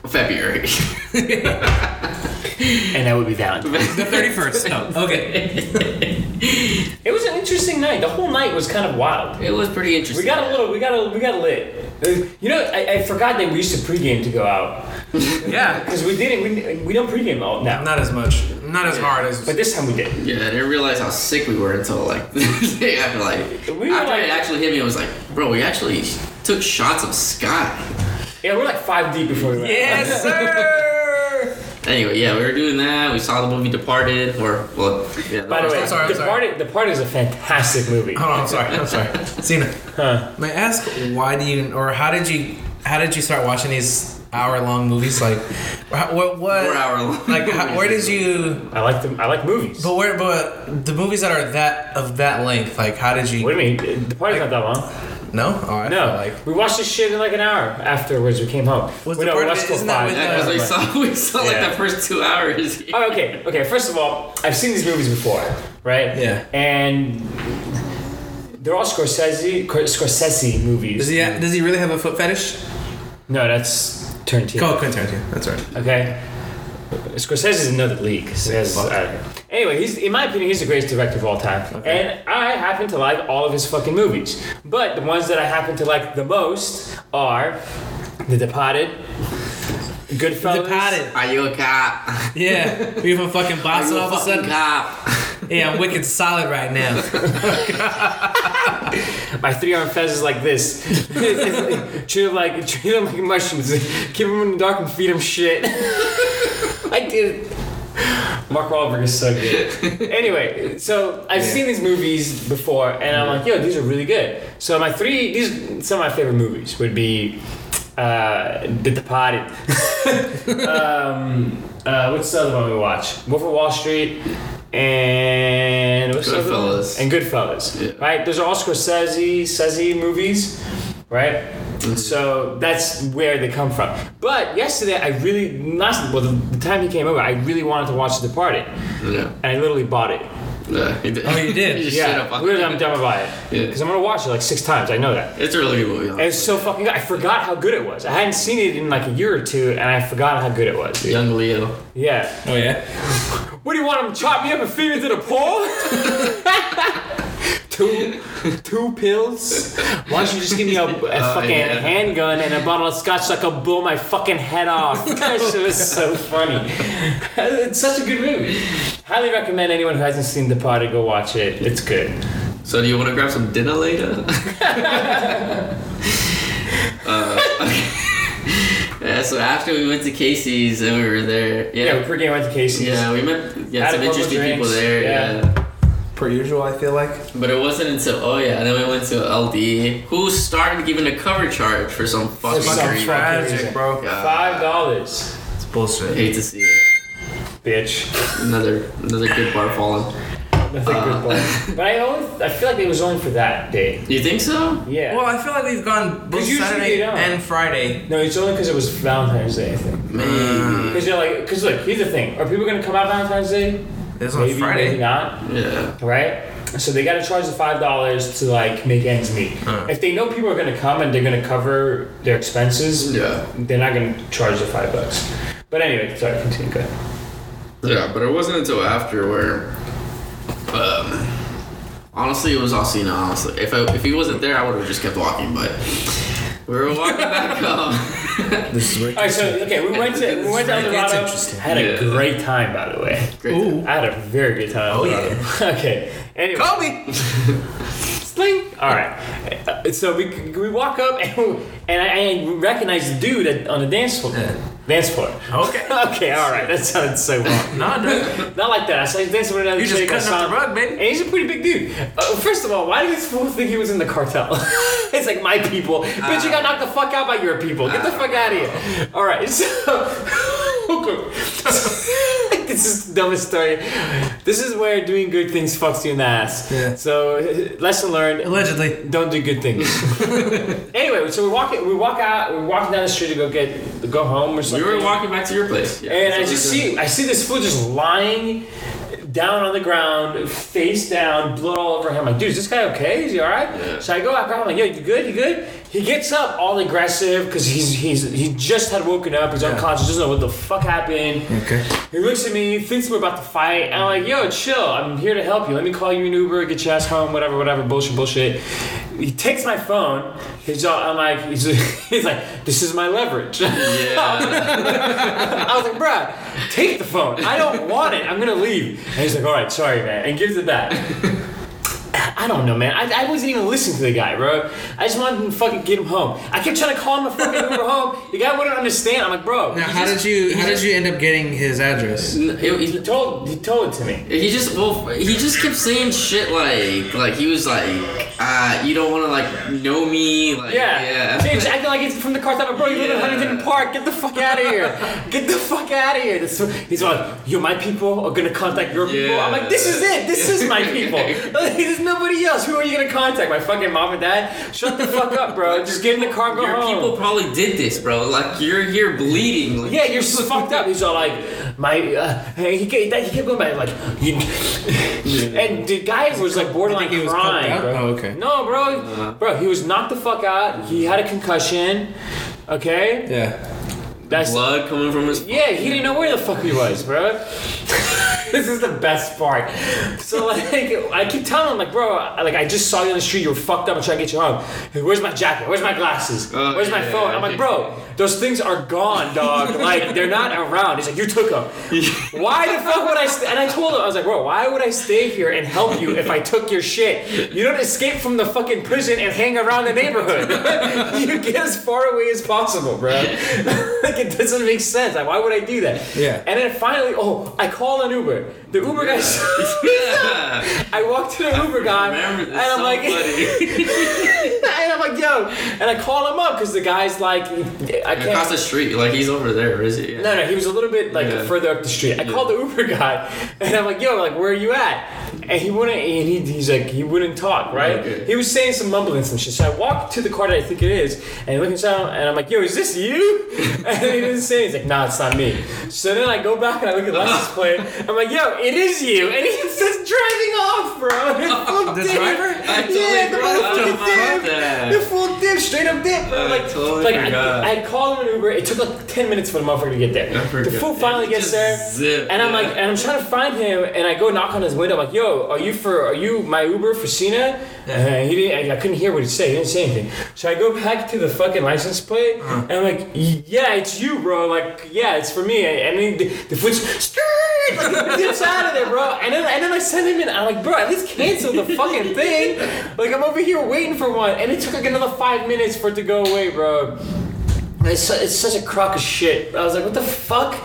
of February.
And that would be Valentine.
The 31st. No. Okay.
It was an interesting night. The whole night was kind of wild.
it was pretty interesting.
We got a little, we got a, we got lit. Uh, You know, I, I forgot that we used to pregame to go out
Yeah.
because we didn't. We, we don't pregame out now,
Not as much. Not as hard as.
but this time we did.
Yeah, I didn't realize how sick we were until like the day after like
We were,
after
like-
it actually hit me. I was like, bro, we actually took shots of sky.
Yeah, we're like five deep before we went.
yes, sir.
Anyway, yeah, we were doing that. We saw the movie Departed, or well, yeah.
By the way,
I'm sorry, Oh. I'm
the
sorry.
party the party is a fantastic movie.
Hold on, I'm sorry, I'm sorry. Cena,
Huh.
may I ask why do you or how did you how did you start watching these hour long movies? Like, wha- what what
four hour long.
like how, where did you?
I like them. I like movies.
But where but the movies that are that of that length, like how did you?
What do you mean? The party's not that long.
No, oh, I
No,
felt like
we watched this shit in like an hour afterwards. We came home.
Was the
we no, we
party-
watched till
isn't that
five.
with,
Yeah, because we
But-
saw we saw like
Yeah.
the first two hours.
Oh, okay, okay. First of all, I've seen these movies before, right?
Yeah.
And they're all Scorsese Scorsese movies.
does he does he really have a foot fetish?
No, that's Tarantino.
Oh, Quentin Tarantino. That's right.
Okay. Scorsese's in another league. So that's-
fuck.
I don't know. Anyway, he's in my opinion, he's the greatest director of all time, and I happen to like all of his fucking movies. But the ones that I happen to like the most are The Departed, Goodfellas,
Departed.
Are you a cop?
Yeah, we have a fucking
Are
boss
you
all of
a
a
fucking
sudden.
cop?
Yeah, I'm wicked solid right now.
My three-arm fez is like this. treat him like treat him like mushrooms. Keep him in the dark and feed him shit. I did. it. Mark Wahlberg is so good. Anyway, so I've seen these movies before, and I'm like, yo, these are really good. So my three, these some of my favorite movies would be uh, The Departed. um, uh, what's the other one we watch? Wolf of Wall Street. And what's the other one?
Goodfellas.
And Goodfellas,
Yeah.
right? Those are all Scorsese, Scorsese movies, right?
Mm-hmm.
So that's where they come from. But yesterday, I really last well the, the time he came over, I really wanted to watch The Departed,
Yeah.
and I literally bought it.
Yeah, he did.
Oh, you did?
just straight
Yeah,
up-
literally, I'm dumb about it
Yeah.
because I'm gonna watch it like six times. I know that.
It's a really good movie. honestly.
And it's so fucking good. I forgot how good it was. I hadn't seen it in like a year or two, and I forgot how good it was. dude.
Young Leo.
Yeah.
Oh yeah.
What do you want him to chop me up and feed me to the pole? two, two pills? Why don't you just give me a, a fucking
yeah.
handgun and a bottle of scotch so I could blow my fucking head off? that shit was so funny. It's such a good movie. Highly recommend anyone who hasn't seen The Party go watch it. It's good.
So do you want to grab some dinner later? Uh, yeah. So after we went to Casey's and we were there.
Yeah, we
Yeah.
pregame went to Casey's.
Yeah, we met yeah,
Had a
some
couple
interesting people
drinks,
there.
yeah.
yeah.
Per usual, I feel like.
But it wasn't until oh yeah, and then we went to LD, who started giving a cover charge for some fucking
some
reason.
fuck-
Tragic, bro.
God,
Five dollars,
It's bullshit.
I hate to see it.
bitch.
Another another good bar falling.
Nothing
Uh.
good point. But I only, I feel like it was only for that day.
You think so?
Yeah.
Well, I feel like we've gone both
'Cause usually they
Saturday
don't.
and Friday.
no, it's only because it was Valentine's Day, I think.
Maybe.
Because you're like, because look, here's the thing: are people gonna come out Valentine's Day?
This on
Maybe, maybe
Friday.
not.
Yeah.
Right? So they gotta charge the five dollars to like make ends meet.
Uh.
If they know people are gonna come and they're gonna cover their expenses,
Yeah.
they're not gonna charge the five bucks. But anyway, sorry, continue. Go ahead.
Yeah, but it wasn't until after where um honestly it was Alcina, honestly. If I, if he wasn't there I would have just kept walking, but we were walking back um, up.
This is
All right, so okay, we went to we went to El
It's
Dorado.
interesting.
Had a
Yeah.
great time, by the way.
Great.
Ooh.
I had a very good time.
Oh,
okay. Anyway.
Kobe.
Sling. All right. Uh, So we, we walk up and, and I, I recognize the dude at, on the dance floor.
Yeah.
Dance floor.
Okay.
Okay. All right. That sounds so wrong.
Nah, dude.
Not like that. I saw he's dancing with another
You just
chick, I
cutting up
saw
the
him-
rug, baby.
uh, And he's a pretty big dude. Uh, first of all, why did this fool think he was in the cartel? it's like my people. Bitch, you got knocked the fuck out by your people. Get the fuck out of here. All right. So. Okay. this is the dumbest story. This is where doing good things fucks you in the ass.
Yeah.
So lesson learned
Allegedly.
don't do good things. anyway, so we walk we walk out we walk down the street to go get to go home or
We
something.
were walking back to your place. Yeah,
and I
that's
just
what we did.
see I see this fool just lying down on the ground, face down, blood all over him. I'm like, dude, is this guy okay? Is he all right? So I go out, grab him. I'm like, yo, you good? You good? He gets up all aggressive because he's he's he just had woken up. He's unconscious. Doesn't know what the fuck happened.
Okay.
He looks at me, thinks we're about to fight, and I'm like, yo, chill, I'm here to help you. Let me call you an Uber, get your ass home, whatever, whatever, bullshit, bullshit. He takes my phone, he's all, I'm like, he's, he's like, this is my leverage.
Yeah.
I was like, bruh, take the phone. I don't want it. I'm gonna leave. And he's like, all right, sorry, man, and gives it back. I don't know, man. I, I wasn't even listening to the guy, bro. I just wanted to fucking get him home. I kept trying to call him a fucking Uber home. The guy wouldn't understand. I'm like, bro.
Now,
he
how
just-
did you
he
how did
just-
you end up getting his address?
It-
He
it-
told he told it to me.
He just well, he just kept saying shit like like he was like, uh, you don't want to like know me, like
Yeah.
yeah.
Dude, acting like it's from the car stop. Bro, you live in
Yeah.
Huntington Park. Get the fuck out of here. Get the fuck out of here. This, he's like, yo, my people are gonna contact your people. I'm like, this is it. This is my people. There's nobody else. Who are you gonna contact? My fucking mom and dad? Shut the fuck up, bro. Just get in the car and go
Your
home.
people probably did this, bro. Like you're here bleeding. Like,
Yeah, you're so fucked up. He's all like, my, uh, hey, he, kept, he kept going back like, you, and the guy was like borderline
he was
crying.
coked
Bro.
out? Oh, okay. Uh-huh.
No, bro, bro, he was knocked the fuck out. He had a concussion. Okay,
Yeah.
that's
blood coming from his.
yeah. He didn't know where the fuck he was, bro. this is the best part. So like, I keep telling him like, bro, I- like I just saw you on the street. You were fucked up. I'm trying to get you home. Hey, where's my jacket? Where's my glasses?
Uh,
Oh,
Where's my
yeah,
phone? I'm like, bro, those things are gone, dog. like they're not around. He's like, you took them. why the fuck would I? St-? And I told him, I was like, bro, why would I stay here and help you if I took your shit? You don't escape from the fucking prison and hang around the neighborhood. you get as far away as possible, bro. like it doesn't make sense. Like why would I do that?
Yeah.
And then finally, oh, I call an Uber. The Uber guy.
Yeah.
I walk to the Uber guy,
Remember
and
this?
I'm
so
like,
funny.
and I'm like, yo, and I call him up because the guy's like, I can't.
across the street. Like he's over there, is he? Yeah.
No, no, he was a little bit like
Yeah.
further up the street. I called the Uber guy, and I'm like, "Yo, like, where are you at?" And he wouldn't. And he, he's like, he wouldn't talk, right?
Okay.
He was saying some mumbling some shit. So I walked to the car that I think it is, and looking down, and I'm like, "Yo, is this you?" And he didn't say. He's like, "Nah, it's not me." So then I go back and I look at license plate. I'm like, "Yo, it is you," and he says, "Driving off, bro."
The driver?
I totally
yeah, the
forgot
motherfucking
about
dip.
that.
The full dip, straight up dip. bro.
I
like,
totally
like
forgot.
I, I called him an Uber. It took like ten minutes for the motherfucker to get there.
I forgot.
The fool finally
He
gets
just
there,
zipped,
and I'm like,
yeah.
and I'm trying to find him, and I go knock on his window. I'm like, yo, are you for are you my Uber for Cena? And he didn't. I, I couldn't hear what he said. He didn't say anything. So I go back to the fucking license plate,
Uh-huh.
and I'm like, yeah, it's you, bro. Like, yeah, it's for me. And then the, the foot's skirt, like, he dips out of there, bro. And then and then I send him in. I'm like, bro, at least cancel the fucking thing. Like I'm over here waiting for one, and it took like another five minutes for it to go away, bro. It's, su- it's such a crock of shit. I was like, what the fuck?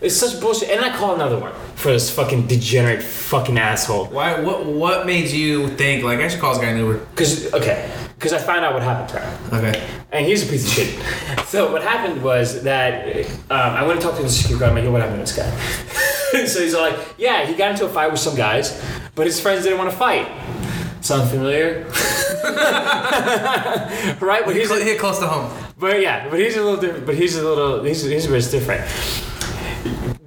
It's such bullshit. And I call another one for this fucking degenerate fucking asshole.
Why? What? What made you think like I should call this guy an Uber?
Cause okay, cause I found out what happened to him.
Okay.
And he's a piece of shit. So what happened was that um, I went and talked to the security guard. I'm like, yo, what happened to this guy? so he's all like, yeah, he got into a fight with some guys, but his friends didn't want to fight. Sound familiar? right? But he's
He's
like,
hit close to home.
But yeah, but he's a little different. But he's a little he's he's a bit different.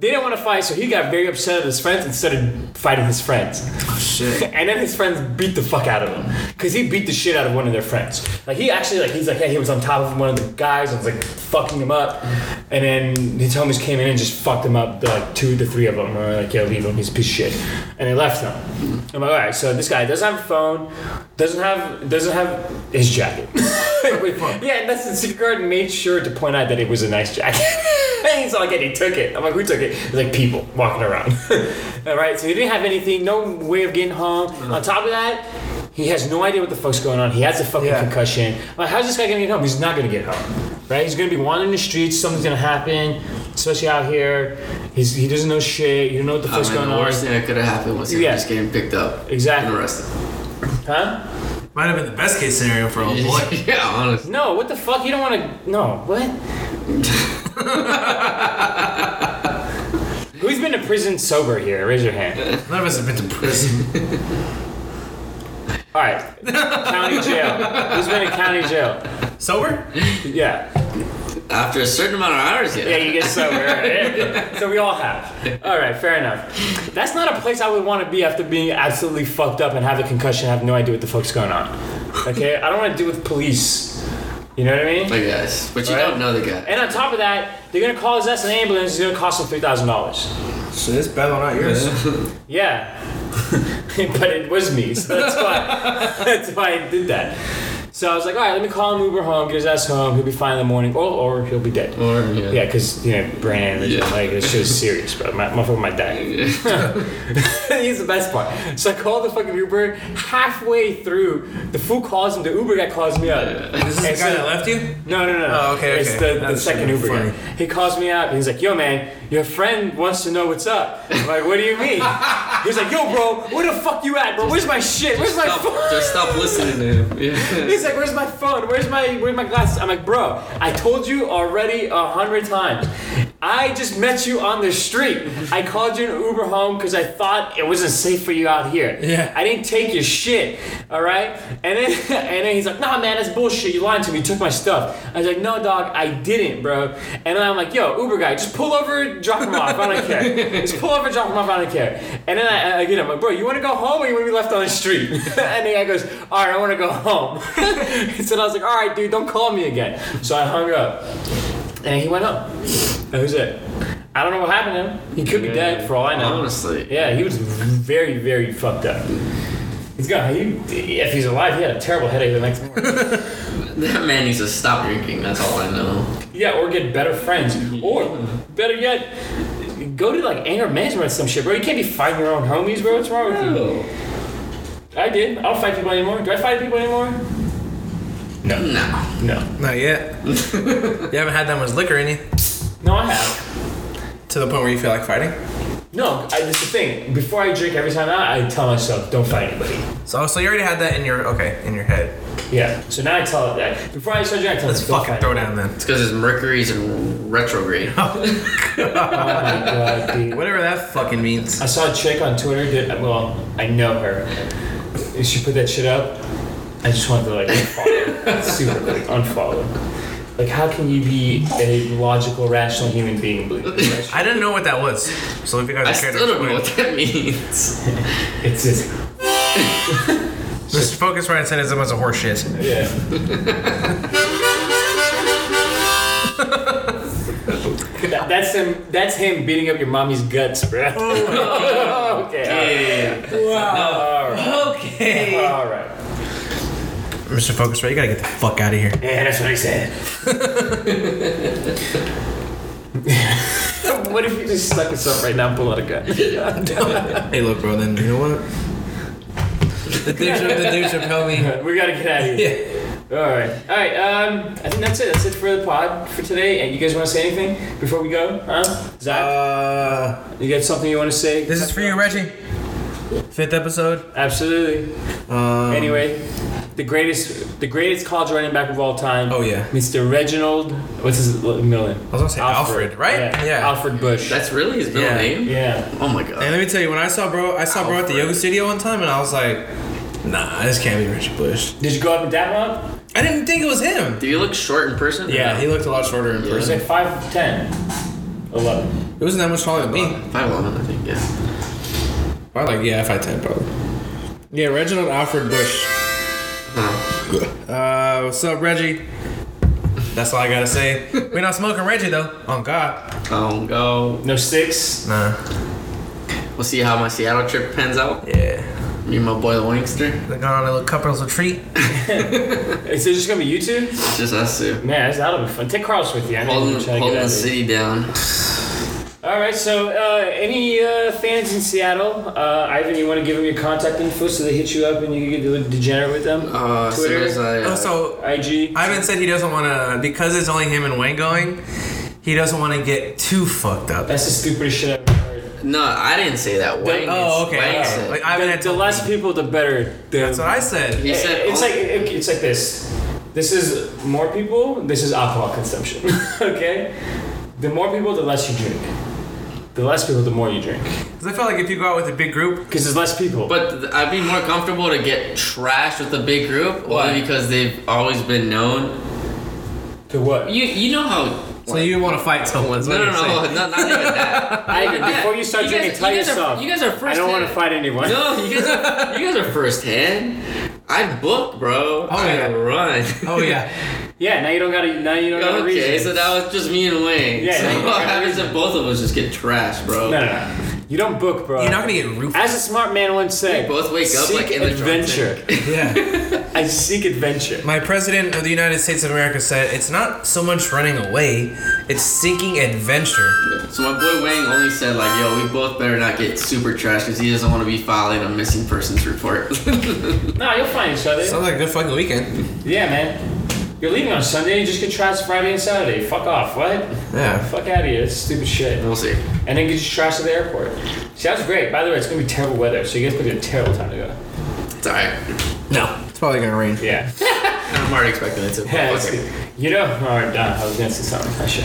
They didn't want to fight, so he got very upset at his friends and started fighting his friends.
Shit.
And then his friends beat the fuck out of him because he beat the shit out of one of their friends. Like he actually like he's like yeah he was on top of one of the guys and was like fucking him up. And then his homies came in and just fucked him up. The, like two to three of them were like yeah leave him he's a piece of shit. And they left him. I'm like all right so this guy doesn't have a phone, doesn't have doesn't have his jacket. yeah, and that's the secret guard made sure to point out that it was a nice jacket. and he's like, and he took it. I'm like, who took it? He's like, people walking around. All right, so he didn't have anything, no way of getting home.
Mm-hmm.
On top of that, he has no idea what the fuck's going on. He has a fucking
Yeah.
concussion. I'm like, how's this guy gonna get home? He's not gonna get home. Right? He's gonna be wandering the streets. Something's gonna happen, especially out here. He's, he doesn't know shit. You don't know what the
I mean,
fuck's going
the
on.
worst thing that could have happened was him
Yeah.
just getting picked up and
Exactly.
arrested.
Huh?
Might have been the best case scenario for old boy.
yeah, honestly.
No, what the fuck? You don't want to. No, what? Who's been to prison sober here? Raise your hand.
None of us have been to prison.
All right, county jail. Who's been in county jail?
Sober?
Yeah,
After a certain amount of hours,
yeah, you get sober. right? So we all have. All right, fair enough. That's not a place I would want to be after being absolutely fucked up and have a concussion. and Have no idea what the fuck's going on. Okay, I don't want to deal with police. You know what I mean?
I guess. But you
Right.
don't know the guy.
And on top of that, they're gonna call us an ambulance. It's gonna cost them three thousand dollars.
Shit, it's battle, not yours.
Yeah, but it was me, so that's why that's why I did that. So I was like, all right, let me call him Uber home, get his ass home. He'll be fine in the morning, or, or he'll be dead.
Or, yeah.
Yeah, because you know, brain aneurysm,
Yeah.
like this shit's serious, bro. My motherfucker might die. He's the best part. So I called the fucking Uber halfway through. The fool calls him. The Uber guy calls me up.
Is this
And
the guy
so-
that left you?
No, no, no. no.
Oh, okay,
It's
okay.
the, the
That's
second Uber
funny.
guy. He calls me up. and He's like, "Yo, man, your friend wants to know what's up." I'm like, "What do you mean?" He's like, "Yo, bro, where the fuck you at, bro? Where's my shit? Where's my phone?"
Stop, just stop listening to him. Yeah.
He's like, "Where's my phone? Where's my where's my glasses?" I'm like, "Bro, I told you already a hundred times. I just met you on the street. I called you an Uber home because I thought it wasn't safe for you out here.
Yeah.
I didn't take your shit. All right. And then and then he's like, "Nah, man, that's bullshit. You lied to me. You took my stuff." I was like, "No, dog, I didn't, bro." And then I'm like, "Yo, Uber guy, just pull over, drop him off. I don't care. Just pull over, drop him off. I don't care." And then I, I- I get him, like, "Bro, you want to go home or you want to be left on the street?" and the guy goes, "All right, I want to go home." so I was like, "All right, dude, don't call me again." So I hung up, and he went home. That was it. I don't know what happened to him. He could be dead for all I know.
Honestly.
Yeah, he was very, very fucked up. He's got he, if he's alive, he had a terrible headache the next morning.
That man needs to stop drinking. That's all I know.
yeah, or get better friends, or better yet, go to like anger management or some shit, bro. You can't be fighting your own homies, bro. What's wrong with you? I did. I don't fight people anymore. Do I fight people anymore? No,
No.
no,
Not yet. you haven't had that much liquor in you
no. I have.
to the point where you feel like fighting.
No, I, that's the thing. Before I drink every time out, I tell myself, don't fight anybody.
So, so you already had that in your okay in your head.
Yeah. So now I tell that. Before I start drinking, I tell
Let's
myself,
fucking
don't fight
throw
anybody."
down then.
It's because his Mercury's in retrograde.
Oh my God, dude.
Whatever that fucking means.
I saw a chick on Twitter that well, I know her. She put that shit up. I just wanted to like unfollow. Super like unfollow. Like how can you be a logical, rational human being? Believe it?
I didn't know what that was. So if you guys
I
are care to
still don't know
explain-
what that means.
It's just
Mr. Focus Ryan said it's a bunch of horse shit.
yeah. That- that's him. That's him beating up your mommy's guts, bro. okay.
Okay.
All right.
Mr. Focus Ryan, you gotta get the fuck out of here.
Yeah, that's what he said. what if you just stuck us up right now and pull out a gun?
Hey, look, bro. Then you know what? The Dave, Chappelle- the Dave Chappelle meme.
we gotta get out of here.
Yeah.
All right, all right. Um, I think that's it. That's it for the pod for today. And you guys want to say anything before we go? Huh? Zach,
Uh,
you got something you want to say?
this is for you, Reggie. Fifth episode.
Absolutely.
Um,
Anyway, the greatest, the greatest college running back of all time.
Oh, yeah.
Mr. Reginald. What's his middle name?
I was gonna say Alfred, right?
Yeah.
Yeah.
Alfred Bush.
That's really his middle
Yeah.
name?
yeah.
Oh my god.
And let me tell you, when I saw bro, I saw bro at the yoga studio one time, and I was like, Nah, this can't be Reggie Bush.
Did you go up and dap him up?
I didn't think it was him.
Do you look short in person?
Yeah, he looked a lot shorter in
He's
person.
like five ten. Eleven.
It wasn't that much taller than me.
5'11, I think, yeah.
Probably like yeah, five ten probably. Yeah, Reginald Alfred Bush. Uh, what's up, Reggie? That's all I gotta say. We're not smoking Reggie though. On God,
Oh, go.
No sticks.
nah.
We'll see how my Seattle trip pans out.
Yeah,
Me and my boy, the Wingster.
they got on a little couples retreat.
Is it just gonna be you two?
It's just us two.
Man, that's- that'll be fun. Take Carlos with you. I know
Holding,
you're trying to
holding
get out
the
of here.
city down.
All right. So, uh, any uh, fans in Seattle, uh, Ivan, you want to give them your contact info so they hit you up and you can get a little degenerate with them?
Uh, so
Twitter,
there's a, uh,
Oh, So
IG.
Ivan said he doesn't want to because it's only him and Wayne going. He doesn't want to get too fucked up.
That's the stupidest shit I've ever heard.
no, I didn't say that. Wayne.
Oh, okay.
Wayne
all
said-
right. Like Ivan
The-
had
the less people, the better. The-
That's what I said.
he said, "Oh."
it's like it- it's like this. This is more people. This is alcohol consumption. okay. The more people, the less you drink. The less people, the more you drink.
'Cause I felt like if you go out with a big group,
Because there's less people.
But th- I'd be more comfortable to get trashed with a big group,
Why?
only because they've always been known.
to what?
You you know how.
so you want to fight someone. is
No,
what
no,
you're saying.
no, no, not even that.
Ivan,
Yeah,
before you start
you
drinking,
guys-
tell
you guys are-
yourself.
you guys are
I
first
don't want to
hand.
fight anyone.
No, you guys are you guys are first hand. I booked, bro.
Oh,
I
yeah.
run.
Oh yeah.
Yeah, now you don't gotta. Now you don't gotta reason.
okay, so that was just me and Wayne.
Yeah,
so
yeah, yeah.
what happens if both of us just get trashed, bro?
no, no, no. You don't book, bro.
You're not gonna get roof.
As a smart man once said,
We both wake up,
seek
like, in the drunk
adventure.
Yeah.
I seek adventure.
My president of the United States of America said, "It's not so much running away; it's seeking adventure."
So my boy Wang only said like, "Yo, we both better not get super trash because he doesn't want to be filing a missing persons report."
Nah, you'll find each other.
Sounds like a good fucking weekend.
Yeah, man. You're leaving on Sunday. You just get trashed Friday and Saturday. Fuck off. What?
Yeah.
Fuck out of here. That's stupid shit.
we'll see.
And then get just trashed at the airport. Sounds great. By the way, it's gonna be terrible weather, so you guys put in a terrible time to go.
It's alright.
No, it's probably gonna rain.
Yeah.
I'm already expecting it to.
Yeah, it's
Okay.
good. You know, all right, done. I was gonna say something. I should.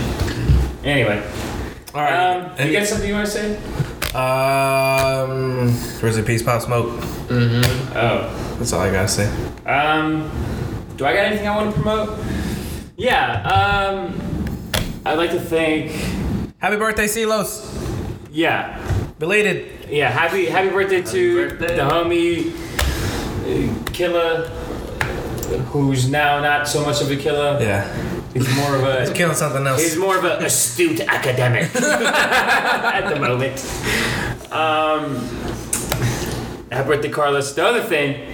Anyway,
All right.
um, you got something you want to say?
Um, rest in peace, Pop Smoke.
Oh,
That's all I gotta say.
um, do I got anything I want to promote? Yeah. Um, I'd like to thank.
Happy birthday, Silos.
Yeah,
Belated.
yeah. Happy happy birthday to
birthday.
the homie uh, Killer, who's now not so much of a killer.
Yeah.
He's more of a
Killing something else.
He's more of an astute academic at the moment. Um, happy birthday, Carlos. The other thing,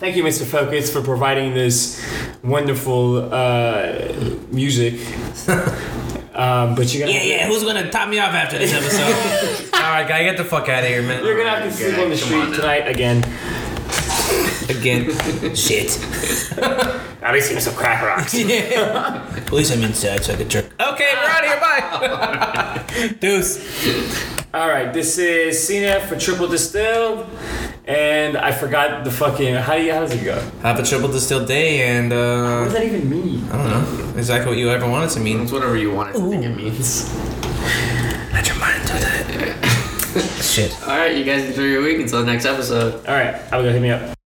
thank you, Mr. Focus, for providing this wonderful uh, music. Um, but you're gonna
who's gonna top me off after this episode? all right, guy, get the fuck out of here, man.
you're gonna have to sleep on
Come
the street
on now.
tonight again.
Again. Shit.
I'll be seeing some crack rocks.
At least I'm inside, so I can jerk. Okay, we're out of here. Bye. Deuce.
All right, this is Cena for Triple Distilled, and I forgot the fucking how do you, how does it go? What
Have a triple distilled day, and
does
uh,
that even mean?
I don't know exactly what you ever wanted to mean.
It's whatever you want it to think it means.
Let your mind do that. Shit.
Alright, you guys enjoy your week until the next episode.
All right, I'm gonna hit me up.